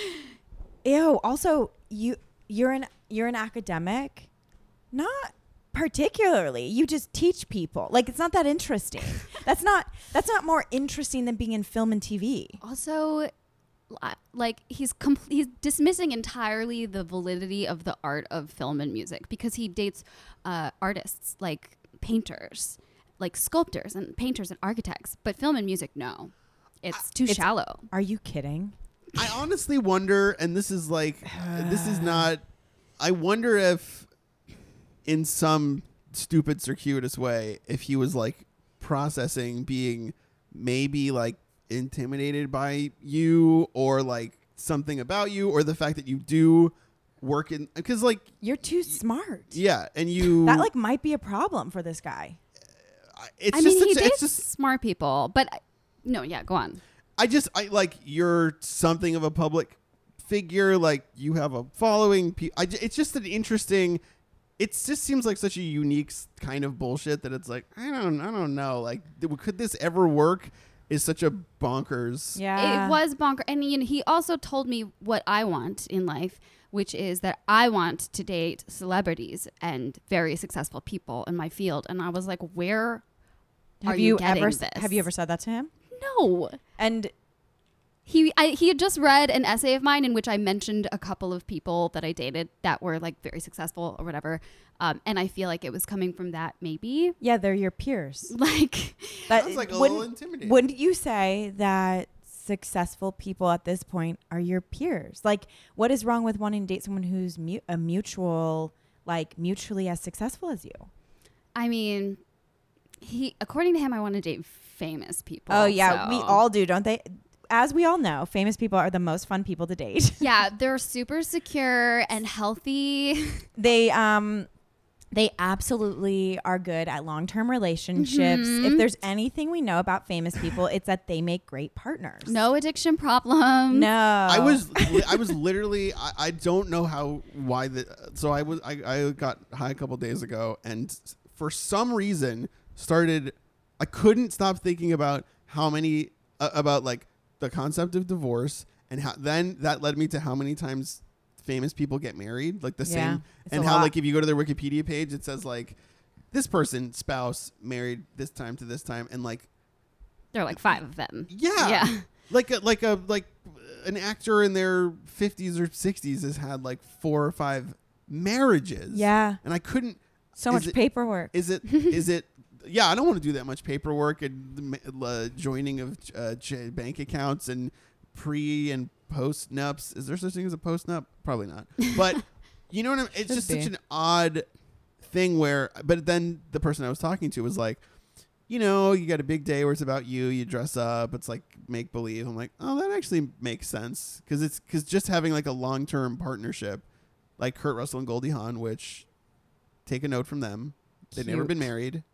S1: ew. Also, you you're an you're an academic, not particularly. You just teach people. Like it's not that interesting. that's not that's not more interesting than being in film and TV.
S3: Also, li- like he's com- he's dismissing entirely the validity of the art of film and music because he dates uh, artists like painters, like sculptors and painters and architects, but film and music, no, it's too
S1: It's-
S3: shallow.
S1: Are you kidding?
S2: I honestly wonder, and this is like, this is not. I wonder if, in some stupid circuitous way, if he was like processing being maybe like intimidated by you or like something about you or the fact that you do work in because like
S1: You're too smart.
S2: yeah and you
S1: That like might be a problem for this guy.
S2: it's
S3: I
S2: just
S3: mean,
S2: such
S3: he
S2: a-
S3: dates
S2: it's just
S3: smart people, but I- no, yeah, go on.
S2: I just I like you're something of a public figure. Like you have a following. Pe- I, ju- it's just an interesting. It just seems like such a unique s- kind of bullshit that it's like I don't I don't know. Like th- could this ever work? Is such a bonkers.
S1: Yeah.
S3: It was bonkers. And you know, he also told me what I want in life, which is that I want to date celebrities and very successful people in my field. And I was like, where
S1: Have
S3: are
S1: you,
S3: you,
S1: ever
S3: getting
S1: s-
S3: this?
S1: have you ever said that to him?
S3: No.
S1: And
S3: He, I, he had just read an essay of mine in which I mentioned a couple of people that I dated that were like very successful or whatever. Um, and I feel like it was coming from that, maybe.
S1: yeah, they're your peers.
S3: Like,
S1: That
S2: Sounds like a
S1: wouldn't-
S2: little intimidating.
S1: Wouldn't you say that successful people at this point are your peers? Like, what is wrong with wanting to date someone who's mu- a mutual, like mutually as successful as you?
S3: I mean, he, according to him, I want to date famous people.
S1: oh yeah, we
S3: so-
S1: all do, don't they? As we all know, famous people are the most fun people to date.
S3: Yeah, they're super secure and healthy.
S1: they um they absolutely are good at long-term relationships. If there's anything we know about famous people, it's that they make great partners.
S3: No addiction problems.
S1: No.
S2: I was li- I was literally I, I don't know how why the so I was I, I got high a couple days ago and s- for some reason started I couldn't stop thinking about how many uh, about like the concept of divorce and how then that led me to how many times famous people get married like the
S1: Yeah,
S2: same
S1: it's
S2: and
S1: a
S2: how
S1: lot.
S2: like if you go to their Wikipedia page it says like this person spouse married this time to this time and like
S3: There are like five of them.
S2: yeah.
S3: Yeah.
S2: Like a like a like an actor in their fifties or sixties has had like four or five marriages.
S1: Yeah.
S2: And I couldn't.
S1: so
S2: is
S1: much
S2: it-
S1: paperwork.
S2: Is it is it? Yeah, I don't want to do that much paperwork and the ma- uh, joining of uh, j- bank accounts and pre and post nups. Is there such thing as a post nup? Probably not. But You know what I'm? It's
S1: Should
S2: just
S1: be.
S2: such an odd thing where, but then the person I was talking to was like, you know, you got a big day where it's about you. You dress up. It's like make believe. I'm like, oh, that actually makes sense because it's because just having like a long term partnership, like Kurt Russell and Goldie Hawn, which take a note from them. They've never
S1: Cute.
S2: been married.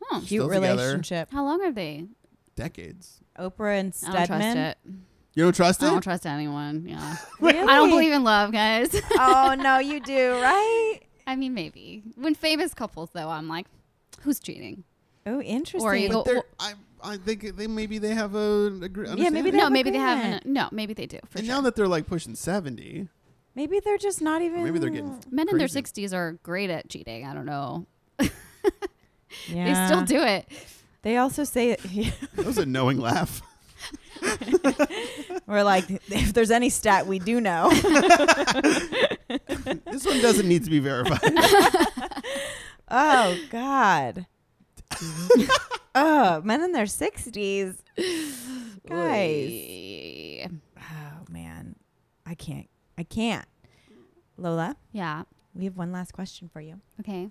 S3: Huh.
S1: Cute
S2: Still together.
S1: relationship.
S3: How long are they?
S2: Decades.
S1: Oprah and
S3: I don't trust
S1: Stedman.
S3: it.
S2: You don't trust
S3: I don't
S2: it?
S3: trust anyone. Yeah.
S1: Really?
S3: I don't believe in love, guys.
S1: oh no, you do, right?
S3: I mean, maybe when famous couples though, I'm like, who's cheating?
S1: Oh, interesting.
S3: Or you go-
S2: They're- I, I think they maybe they have a an agree-
S1: Yeah, maybe
S2: understanding.
S1: they
S3: no,
S1: have
S3: maybe they haven't.
S1: agreement.
S3: No, maybe they do. For
S2: And
S3: sure.
S2: now that they're like pushing seventy,
S1: Maybe they're just not even.
S2: or maybe they're getting
S1: Mm.
S3: Men in their
S2: crazy.
S3: 60s are great at cheating. I don't know.
S1: Yeah.
S3: They still do it.
S1: They also say
S2: That was a knowing laugh.
S1: we're like, if there's any stat we do know.
S2: This one doesn't need to be verified.
S1: oh God. oh, men in their sixties. Guys.
S3: Oy.
S1: Oh man, I can't. I can't. Lola,
S3: Yeah.
S1: we have one last question for you.
S3: Okay.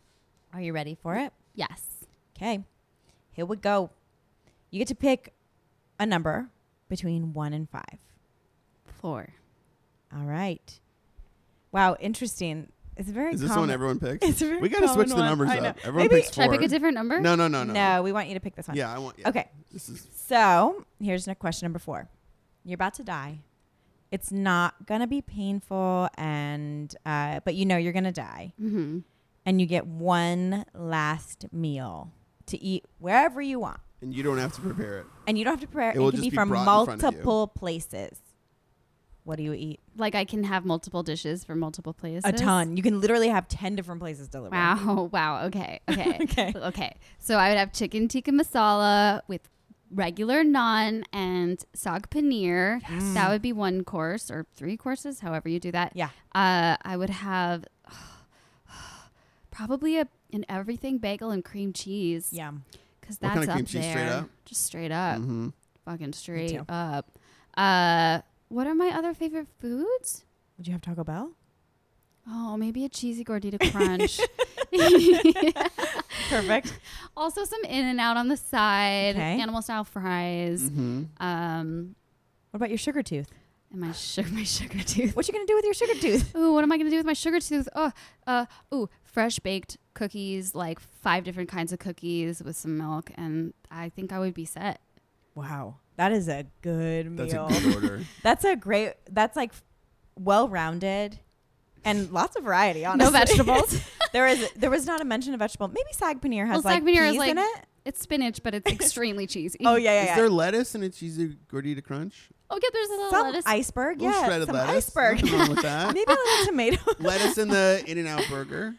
S1: Are you ready for it?
S3: Yes.
S1: Okay, here we go. You get to pick a number between one and five.
S3: Four.
S1: All right. Wow, interesting. It's very.
S2: Is this
S1: common.
S2: one everyone picks?
S1: It's a very
S2: we gotta
S1: common
S2: switch the
S1: one.
S2: numbers
S1: I know.
S2: up. Everyone
S1: Maybe-
S2: picks four.
S3: Should I pick a different number?
S2: no, no, no, no.
S1: no. we want you to pick this one.
S2: Yeah, I want. Yeah.
S1: Okay.
S2: This is
S1: So here's n- question number four. You're about to die. It's not gonna be painful, and uh, but you know you're gonna die,
S3: Mm-hmm.
S1: and you get one last meal to eat wherever you want,
S2: and you don't have to prepare it.
S1: and you don't have to prepare.
S2: It
S1: It,
S2: will
S1: can
S2: just
S1: be
S2: be
S1: from
S2: brought in front of you.
S1: multiple places. What do you eat?
S3: Like I can have multiple dishes from multiple places.
S1: A ton. You can literally have ten different places delivered.
S3: Wow. Wow. Okay. Okay.
S1: Okay.
S3: Okay. So I would have chicken tikka masala with regular naan and sag paneer. That would be one course or three courses, however you do that.
S1: Yeah.
S3: Uh, I would have probably a an everything bagel and cream cheese.
S1: Yeah.
S3: Because
S2: What
S3: that's
S2: kind of
S3: up
S2: cream cheese?
S3: there.
S2: Straight up?
S3: Just straight
S1: Uh,
S3: up.
S2: Mm-hmm.
S3: Fucking straight
S1: too.
S3: up. Uh, what are my other favorite foods?
S1: Would you have Taco Bell?
S3: Oh, maybe a cheesy gordita crunch.
S1: Perfect.
S3: also some in and out on the side,
S1: Okay.
S3: animal style fries.
S2: Mm-hmm.
S3: Um,
S1: what about your sugar tooth?
S3: and my sugar, my sugar tooth.
S1: What you gonna do with your sugar tooth?
S3: Ooh, what am I gonna do with my sugar tooth? Oh, uh, ooh, fresh baked cookies, like five different kinds of cookies with some milk, and I think I would be set.
S1: Wow, that is a good meal.
S2: That's a good order.
S1: That's a great. That's like well rounded, and lots of variety. Honestly,
S3: No vegetables.
S1: there is there was not a mention of vegetable. Maybe sag paneer has
S3: Well,
S1: like
S3: sag paneer is
S1: peas in
S3: like-
S1: it.
S3: it's spinach, but it's extremely cheesy.
S1: Oh yeah, yeah,
S2: Is
S1: yeah.
S2: there lettuce in a cheesy gordita crunch?
S3: Oh yeah, there's a little
S1: some
S3: lettuce.
S1: iceberg?
S2: A little
S1: Yeah,
S2: shredded
S1: some
S2: lettuce.
S1: iceberg.
S2: Nothing wrong with that.
S1: Maybe a little tomato.
S2: lettuce in the In and Out burger.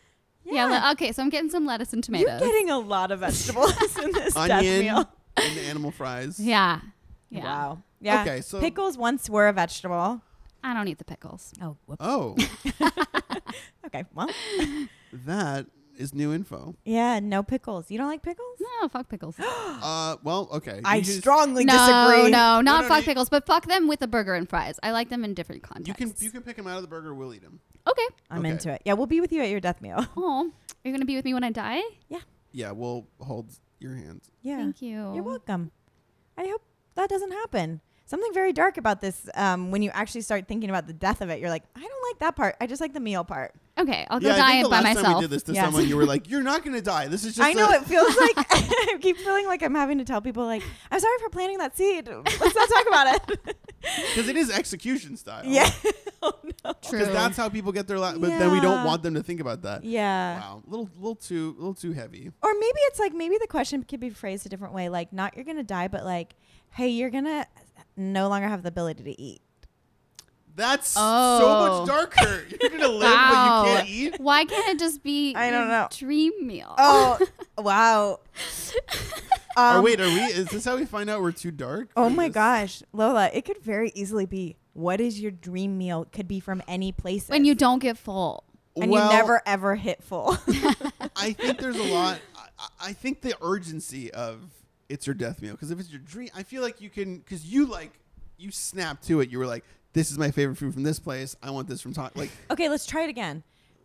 S3: yeah. le- okay, so I'm getting some lettuce and tomatoes.
S1: You're getting a lot of vegetables in this death
S2: Onion
S1: meal.
S2: and the animal fries.
S3: yeah. Yeah.
S1: Wow. Yeah.
S2: Okay, so-
S1: pickles once were a vegetable.
S3: I don't eat the pickles.
S1: Oh. Whoops.
S2: Oh,
S1: Okay. Well.
S2: that is new info.
S1: Yeah. No pickles. You don't like pickles?
S3: No, fuck pickles. no,
S2: Uh, well, okay.
S1: I
S2: You just-
S1: strongly
S3: no,
S1: disagree.
S3: not
S2: no,
S3: fuck
S2: you-
S3: pickles, but fuck them with a burger and fries. I like them in different
S2: You
S3: contexts.
S2: can you can pick them out of the burger. We'll eat them.
S3: okay.
S1: I'm
S2: Okay.
S1: into it. Yeah, we'll be with you at your death meal.
S3: Oh, are you gonna be with me when I die?
S2: Yeah, we'll hold your hands.
S1: Yeah.
S3: Thank you.
S1: You're welcome. I hope that doesn't happen. Something very dark about this. Um, when you actually start thinking about the death of it, you're like, I don't like that part. I just like the meal part.
S3: Okay, I'll go
S2: yeah, I
S3: die
S2: think the
S3: by
S2: last time we
S3: myself.
S2: did this to
S1: Yes.
S2: someone, you were like, "You're not gonna die. This is just."
S1: I know
S2: a-
S1: it feels like I keep feeling like I'm having to tell people like, I'm sorry for planting that seed. Let's not talk about it.
S2: because it is execution style.
S1: yeah. oh, no.
S3: True.
S2: because that's how people get their. La- but then we don't
S1: Yeah.
S2: want them to think about that.
S1: Yeah.
S2: Wow, little, little too, little too heavy.
S1: Or maybe it's like maybe the question could be phrased a different way. Like, not you're gonna die, but like, hey, you're gonna no longer have the ability to eat.
S2: That's so
S3: Oh.
S2: much darker. You're gonna live,
S3: wow.
S2: but you can't eat.
S3: Why can't it just be?
S1: I don't
S3: your
S1: know.
S3: Dream meal.
S1: Oh, wow.
S2: or
S1: Um,
S2: wait, are we? Is this how we find out we're too dark?
S1: Oh
S2: for
S1: my
S2: this?
S1: gosh, Lola, it could very easily be what is your dream meal? Could be from any place.
S3: when you don't get full.
S1: and
S2: Well,
S1: you never ever hit full.
S2: I think there's a lot. I- I, I think the urgency of it's your death meal because if it's your dream, I feel like you can because you like you snap to it. You were like, "This is my favorite food from this place. I want this from time." Like
S1: okay, let's try it again.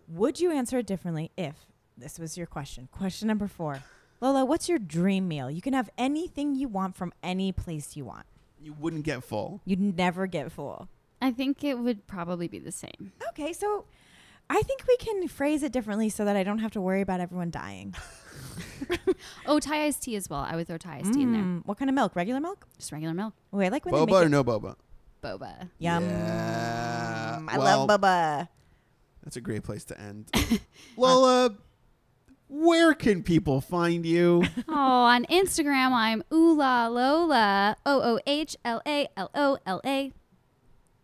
S1: Would you answer it differently if this was your question? Question number four. Lola, what's your dream meal? You can have anything you want from any place you want.
S2: You wouldn't get full.
S1: You'd never get full.
S3: I think it would probably be the same.
S1: Okay, so I think we can phrase it differently so that I don't have to worry about everyone dying.
S3: Oh, Thai iced tea as well. I would throw Thai iced tea in there.
S1: Mm, what kind of milk? Regular milk?
S3: Just regular milk.
S1: Oh, I like when they
S2: Boba
S1: make
S2: or
S1: it-
S2: no boba?
S3: Boba.
S1: Yum.
S2: Yeah.
S1: I
S2: Well,
S1: love boba.
S2: That's a great place to end. Lola, where can people find you?
S3: oh, on Instagram, I'm Oola Lola. O O H L A L O L A.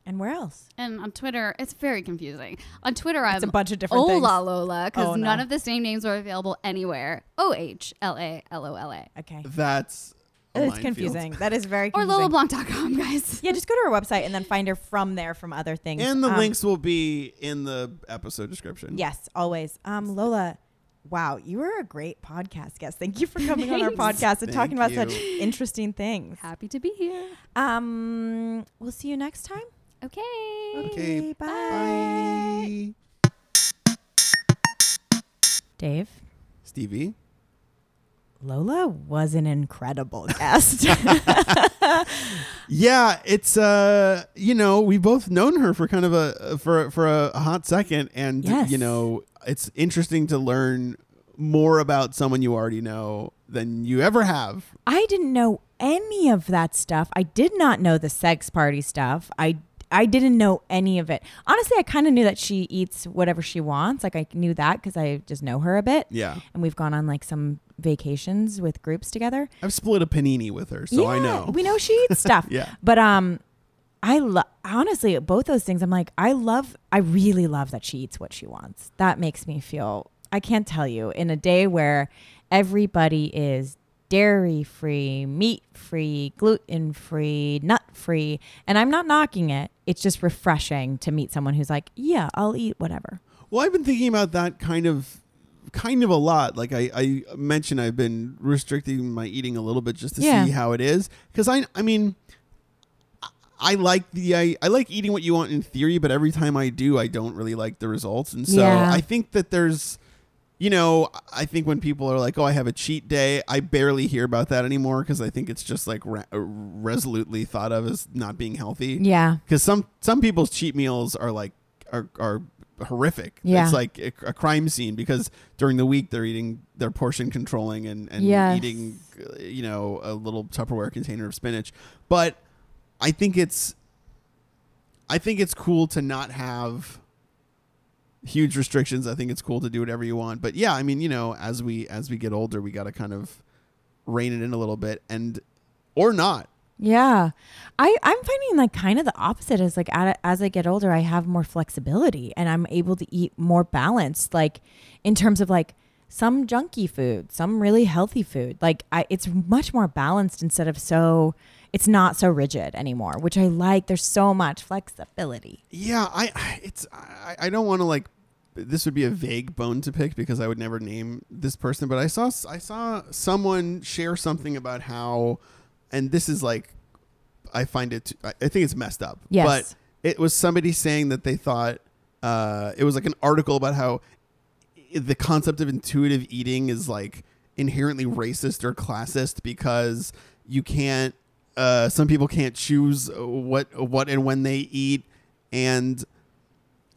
S1: And where else?
S3: And on Twitter, it's very confusing. On Twitter,
S1: It's a
S3: I'm
S1: bunch of different
S3: Ola
S1: things.
S3: Lola because
S1: Oh, no.
S3: none of the same names were available anywhere. O H L A L O L A.
S1: Okay.
S2: That's a
S1: It's
S2: minefield.
S1: confusing. That is very
S3: Or
S1: confusing.
S3: lolablanc.com, guys.
S1: Yeah, just go to our website and then find her from there from other things.
S2: And the
S1: Um,
S2: links will be in the episode description.
S1: Yes, always. Um, Lola, wow, you were a great podcast guest. Thank you for coming on our podcast and talking about
S2: Thank
S1: such
S2: you.
S1: interesting things.
S3: Happy to be here.
S1: Um, we'll see you next time.
S3: Okay.
S2: Okay.
S1: Bye.
S2: Bye.
S1: Dave,
S2: Stevie.
S1: Lola was an incredible guest.
S2: Yeah, it's uh, you know, we've both known her for kind of a for for a hot second, and
S1: Yes.
S2: you know, it's interesting to learn more about someone you already know than you ever have.
S1: I didn't know any of that stuff. I did not know the sex party stuff. I I didn't know any of it. Honestly, I kind of knew that she eats whatever she wants. Like I knew that because I just know her a bit.
S2: Yeah,
S1: and we've gone on like some vacations with groups together.
S2: I've split a panini with her, so I
S1: Yeah,
S2: know.
S1: we know she eats stuff.
S2: Yeah.
S1: but um, I love honestly both those things. I'm like, I love, I really love that she eats what she wants. That makes me feel. I can't tell you in a day where everybody is dairy free, meat free, gluten free, nut free, and I'm not knocking it. It's just refreshing to meet someone who's like, yeah, I'll eat whatever.
S2: Well, I've been thinking about that kind of kind of a lot. Like I, I mentioned I've been restricting my eating a little bit just to
S1: Yeah.
S2: see how it is. Because I I mean I- I like the I, I like eating what you want in theory, but every time I do I don't really like the results. And so
S1: Yeah.
S2: I think that there's you know, I think when people are like, "Oh, I have a cheat day," I barely hear about that anymore because I think it's just like ra- resolutely thought of as not being healthy
S1: Yeah,
S2: because some some people's cheat meals are like are are horrific.
S1: Yeah.
S2: it's like a, a crime scene because during the week they're eating they're portion controlling and and
S1: Yes.
S2: eating uh, you know a little Tupperware container of spinach. But I think it's I think it's cool to not have huge restrictions. I think it's cool to do whatever you want. But yeah, I mean, you know, as we as we get older, we got to kind of rein it in a little bit and or not.
S1: Yeah. I, I'm finding like kind of the opposite is like at, as I get older, I have more flexibility and I'm able to eat more balanced, like in terms of like some junky food, some really healthy food. Like I, it's much more balanced instead of so, it's not so rigid anymore, which I like. There's so much flexibility.
S2: Yeah, I it's I, I don't want to like this would be a vague bone to pick because I would never name this person, but I saw I saw someone share something about how and this is like I find it I I think it's messed up.
S1: Yes.
S2: But it was somebody saying that they thought uh, it was like an article about how i- the concept of intuitive eating is like inherently racist or classist because you can't uh, some people can't choose what what and when they eat and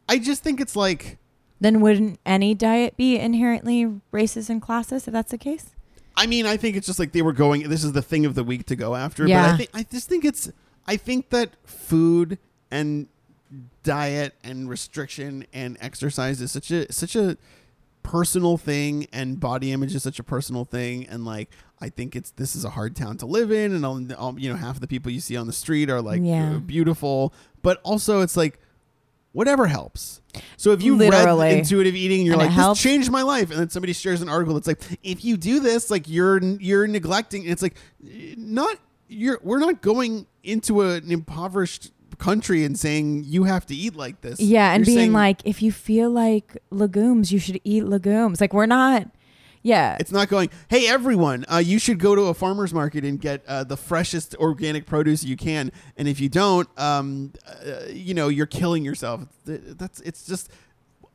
S2: I just think it's like
S1: Then wouldn't any diet be inherently racist and classist if that's the case?
S2: I mean, I think it's just like they were going. This is the thing of the week to go after. But
S1: Yeah.
S2: I think I just think it's. I think that food and diet and restriction and exercise is such a such a personal thing, and body image is such a personal thing, and like I think it's this is a hard town to live in, and all, all you know half the people you see on the street are like
S1: Yeah.
S2: beautiful, but also it's like whatever helps. So if you
S1: Literally.
S2: read intuitive eating, and you're
S1: And it
S2: like this
S1: helps.
S2: changed my life, and then somebody shares an article that's like if you do this, like you're you're neglecting. And it's like not you're we're not going into a- an impoverished country and saying you have to eat like this.
S1: Yeah, and
S2: You're
S1: being
S2: saying,
S1: like, if you feel like legumes, you should eat legumes. Like we're not, yeah,
S2: It's not going, hey, everyone, uh, you should go to a farmer's market and get uh, the freshest organic produce you can. And if you don't, um, uh, you know, you're killing yourself. Th- That's It's just,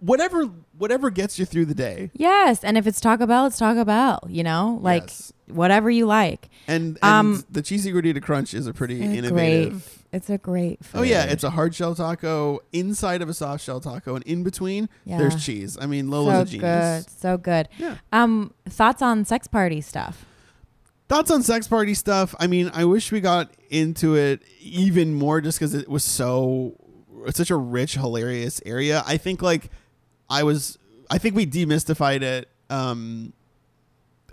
S2: whatever whatever gets you through the day.
S1: Yes, and if it's Taco Bell, it's Taco Bell. You know, like
S2: Yes.
S1: whatever you like.
S2: And, and
S1: Um,
S2: the cheesy gordita crunch is a pretty
S1: It's a
S2: innovative.
S1: Great, it's a great. Food.
S2: Oh yeah, it's a hard shell taco inside of a soft shell taco, and in between
S1: Yeah.
S2: there's cheese. I mean,
S1: so
S2: Lola's a genius.
S1: good, so good.
S2: Yeah.
S1: Um, thoughts on sex party stuff?
S2: Thoughts on sex party stuff? I mean, I wish we got into it even more, just because it was so it's such a rich, hilarious area. I think like I was, I think we demystified it um,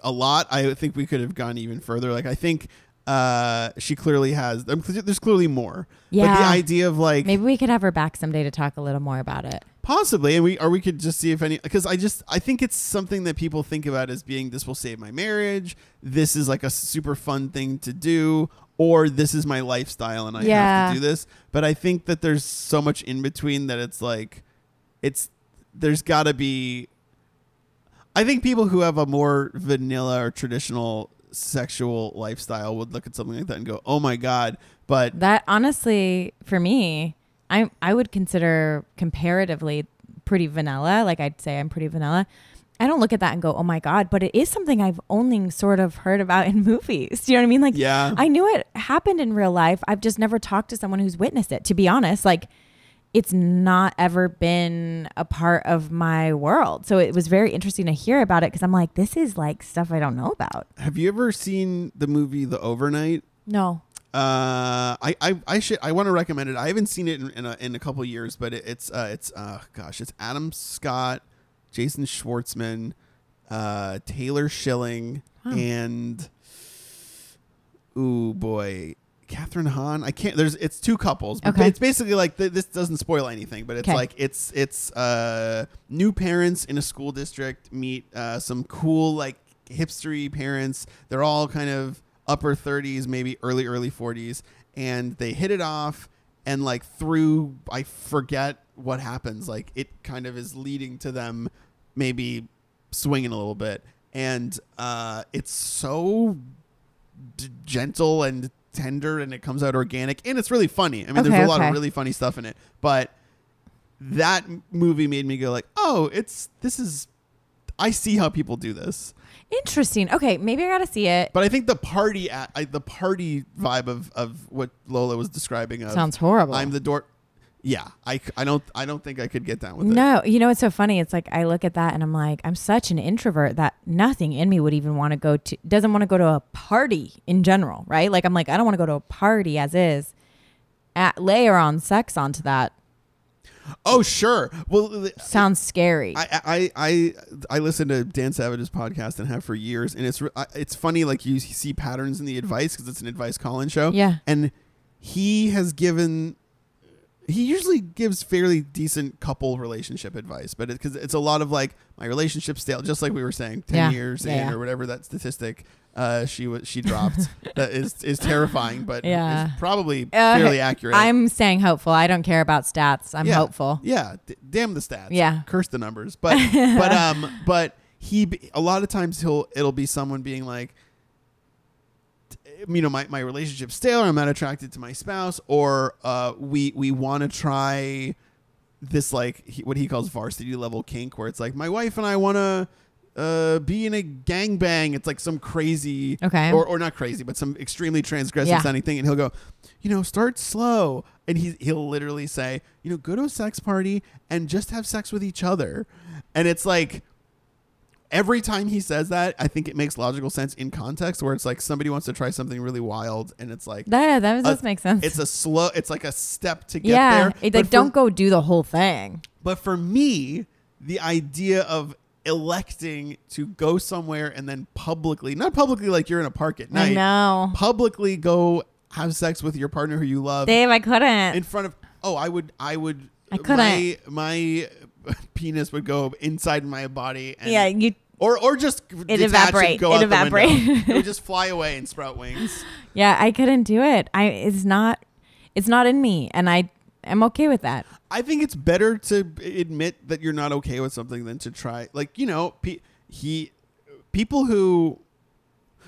S2: a lot. I think we could have gone even further. Like I think uh, she clearly has. um, There's clearly more. But the
S1: Yeah.
S2: idea of like
S1: Maybe we could have her back someday to talk a little more about it.
S2: Possibly, and we or we could just see if any because I just I think it's something that people think about as being this will save my marriage. This is like a super fun thing to do, or this is my lifestyle and I have
S1: Yeah.
S2: to do this. But I think that there's so much in between that it's like it's there's got to be. I think people who have a more vanilla or traditional sexual lifestyle would look at something like that and go, "Oh my god!" But
S1: That honestly, for me, I I would consider comparatively pretty vanilla. Like I'd say I'm pretty vanilla. I don't look at that and go, oh my god, but it is something I've only sort of heard about in movies. Do you know what I mean? Like,
S2: Yeah.
S1: I knew it happened in real life. I've just never talked to someone who's witnessed it. To be honest, like. It's not ever been a part of my world. So it was very interesting to hear about it because I'm like, this is like stuff I don't know about.
S2: have you ever seen the movie The Overnight?
S1: No.
S2: Uh, I, I, I should I want to recommend it. I haven't seen it in, in, a, in a couple years, but it, it's uh, it's uh, gosh, it's Adam Scott, Jason Schwartzman, uh, Taylor Schilling, and ooh boy, Catherine Hahn. I can't. There's it's two couples, but
S1: Okay.
S2: it's basically like th- this doesn't spoil anything, but it's
S1: 'Kay.
S2: like it's it's uh, new parents in a school district meet uh, some cool like hipstery parents. They're all kind of upper 30s, maybe early early 40s, and they hit it off. And like through, I forget what happens. Like it kind of is leading to them maybe swinging a little bit, and uh, it's so d- gentle and tender and it comes out organic and it's really funny. I mean,
S1: Okay,
S2: there's a lot of
S1: okay.
S2: really funny stuff in it, but that m- movie made me go like, "Oh, it's this is I see how people do this."
S1: Interesting. Okay, maybe I got to see it.
S2: But I think the party at I, the party vibe of of what Lola was describing of
S1: Sounds horrible.
S2: I'm the door Yeah, I, c- I don't I don't think I could get down with it.
S1: No, you know it's so funny. It's like I look at that and I'm like, I'm such an introvert that nothing in me would even want to go to doesn't want to go to a party in general, right? Like I'm like I don't want to go to a party as is. At layer on sex onto that
S2: Oh, sure. Well, th-
S1: sounds scary.
S2: I, I I I listen to Dan Savage's podcast and have for years, and it's re- I- it's funny like you see patterns in the advice because it's an advice call-in show.
S1: Yeah.
S2: and he has given he usually gives fairly decent couple relationship advice, but because it's a lot of like my relationship stale, just like we were saying, ten
S1: Yeah.
S2: years
S1: Yeah,
S2: in
S1: yeah.
S2: or whatever that statistic uh, she was she dropped that is is terrifying, but
S1: Yeah.
S2: is probably
S1: Uh,
S2: fairly accurate.
S1: I'm staying hopeful. I don't care about stats. I'm
S2: Yeah.
S1: hopeful.
S2: Yeah, D- damn the stats.
S1: Yeah.
S2: curse the numbers. But but um but he b- a lot of times he'll it'll be someone being like, t- you know, my my relationship's stale, or I'm not attracted to my spouse, or uh we we want to try this like he, what he calls varsity level kink, where it's like my wife and I want to. Uh, be in a gangbang. It's like some crazy,
S1: Okay.
S2: or, or not crazy, but some extremely transgressive
S1: Yeah.
S2: sounding thing. And he'll go, you know, start slow. And he, he'll literally say, you know, go to a sex party and just have sex with each other. And it's like, every time he says that, I think it makes logical sense in context where it's like somebody wants to try something really wild. And it's like,
S1: That that does
S2: uh,
S1: make sense.
S2: It's a slow, it's like a step to get
S1: yeah,
S2: there.
S1: it,
S2: But
S1: like
S2: for-
S1: don't go do the whole thing.
S2: but for me, the idea of electing to go somewhere and then publicly, not publicly like you're in a park at night,
S1: I know,
S2: publicly go have sex with your partner who you love
S1: Dave. I couldn't.
S2: in front of oh, I would I would
S1: I couldn't.
S2: my my penis would go inside my body and
S1: yeah, you.
S2: or or just detach
S1: evaporate.
S2: and go
S1: It
S2: out the window.
S1: evaporate.
S2: it would just fly away and sprout wings.
S1: Yeah, I couldn't do it. I it's not, it's not in me, and I am okay with that.
S2: I think it's better to b- admit that you're not okay with something than to try. Like you know, pe- he people who,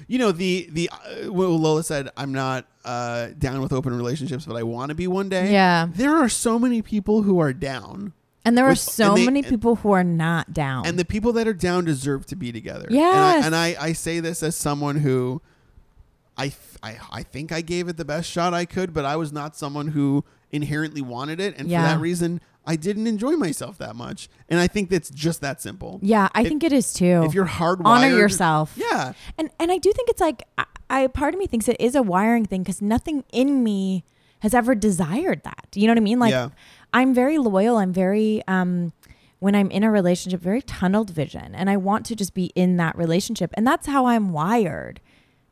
S2: you know, the the uh, well, Lola said, I'm not uh, down with open relationships, but I want to be one day.
S1: Yeah.
S2: there are so many people who are down.
S1: And there are
S2: Which-
S1: so
S2: and they-
S1: many
S2: and-
S1: people who are not down.
S2: and the people that are down deserve to be together.
S1: Yes.
S2: And I, and I, I say this as someone who I, th- I I think I gave it the best shot I could, but I was not someone who inherently wanted it. And
S1: Yeah.
S2: for that reason, I didn't enjoy myself that much. And I think that's just that simple.
S1: yeah, I
S2: If-
S1: think it is too.
S2: If you're hardwired,
S1: honor yourself.
S2: Yeah.
S1: And and I do think it's like I, I part of me thinks it is a wiring thing because nothing in me has ever desired that. You know what I mean? Like
S2: Yeah.
S1: I'm very loyal. I'm very um when I'm in a relationship, very tunneled vision, and I want to just be in that relationship, and that's how I'm wired.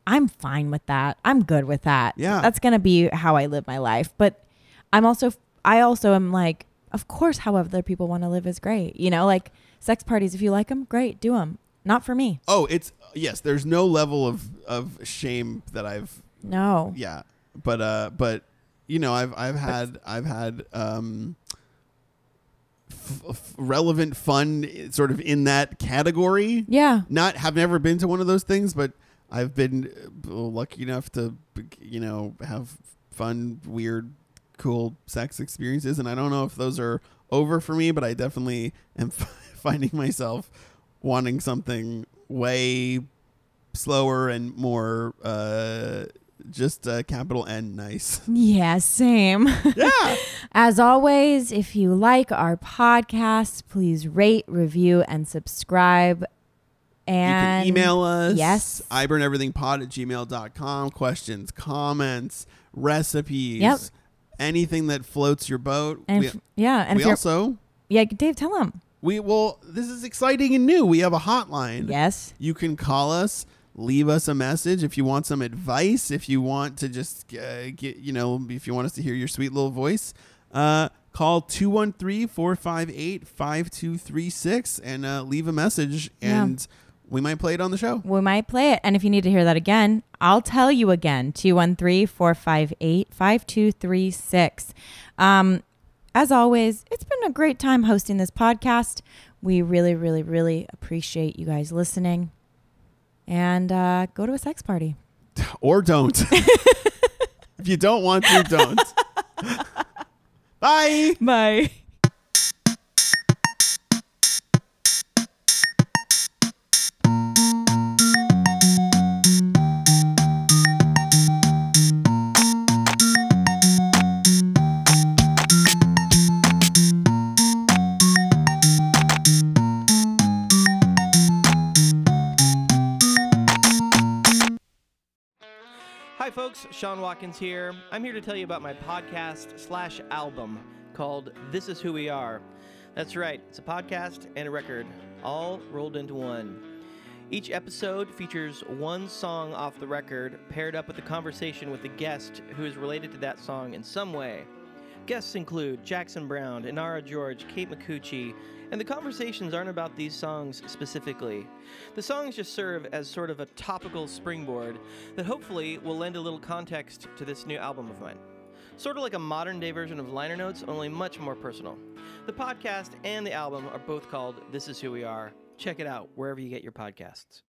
S1: I'm fine with that. I'm good with that.
S2: Yeah.
S1: that's gonna be how I live my life. But I'm also I also am like, of course, how other people want to live is great. You know, like sex parties. If you like them, great, do them. Not for me.
S2: Oh, it's yes. There's no level of of shame that I've
S1: No.
S2: yeah but uh but you know i've i've had i've had um f- f- relevant fun i- sort of in that category
S1: Yeah.
S2: not have never been to one of those things but i've been uh, lucky enough to you know have fun weird cool sex experiences and i don't know if those are over for me but i definitely am finding myself wanting something way slower and more uh just uh, capital N nice.
S1: Yeah, same.
S2: Yeah.
S1: As always, if you like our podcast, please rate, review, and subscribe. And
S2: you can email us.
S1: yes.
S2: iburneverythingpod at gmail.com. Questions, comments, recipes.
S1: Yep.
S2: Anything that floats your boat.
S1: and
S2: we
S1: if, yeah, and
S2: we
S1: if you're,
S2: also,
S1: yeah, Dave, tell him.
S2: we will, this is exciting and new. We have a hotline.
S1: Yes,
S2: You can call us, leave us a message if you want some advice, if you want to just uh, get, you know, if you want us to hear your sweet little voice. Uh, call 213-458-5236 and uh, leave a message
S1: Yeah.
S2: and we might play it on the show.
S1: we might play it. And if you need to hear that again, I'll tell you again 213 458 5236. Um, As always, it's been a great time hosting this podcast. We really, really, really appreciate you guys listening. And uh, go to a sex party.
S2: Or don't. if you don't want to, don't. Bye.
S1: Bye.
S4: Hi, folks. Sean Watkins here. I'm here to tell you about my podcast slash album called This Is Who We Are. That's right, it's a podcast and a record, all rolled into one. Each episode features one song off the record paired up with a conversation with a guest who is related to that song in some way. Guests include Jackson Brown, Inara George, Kate McCucci, and the conversations aren't about these songs specifically. The songs just serve as sort of a topical springboard that hopefully will lend a little context to this new album of mine. Sort of like a modern day version of liner notes, only much more personal. The podcast and the album are both called This Is Who We Are. Check it out wherever you get your podcasts.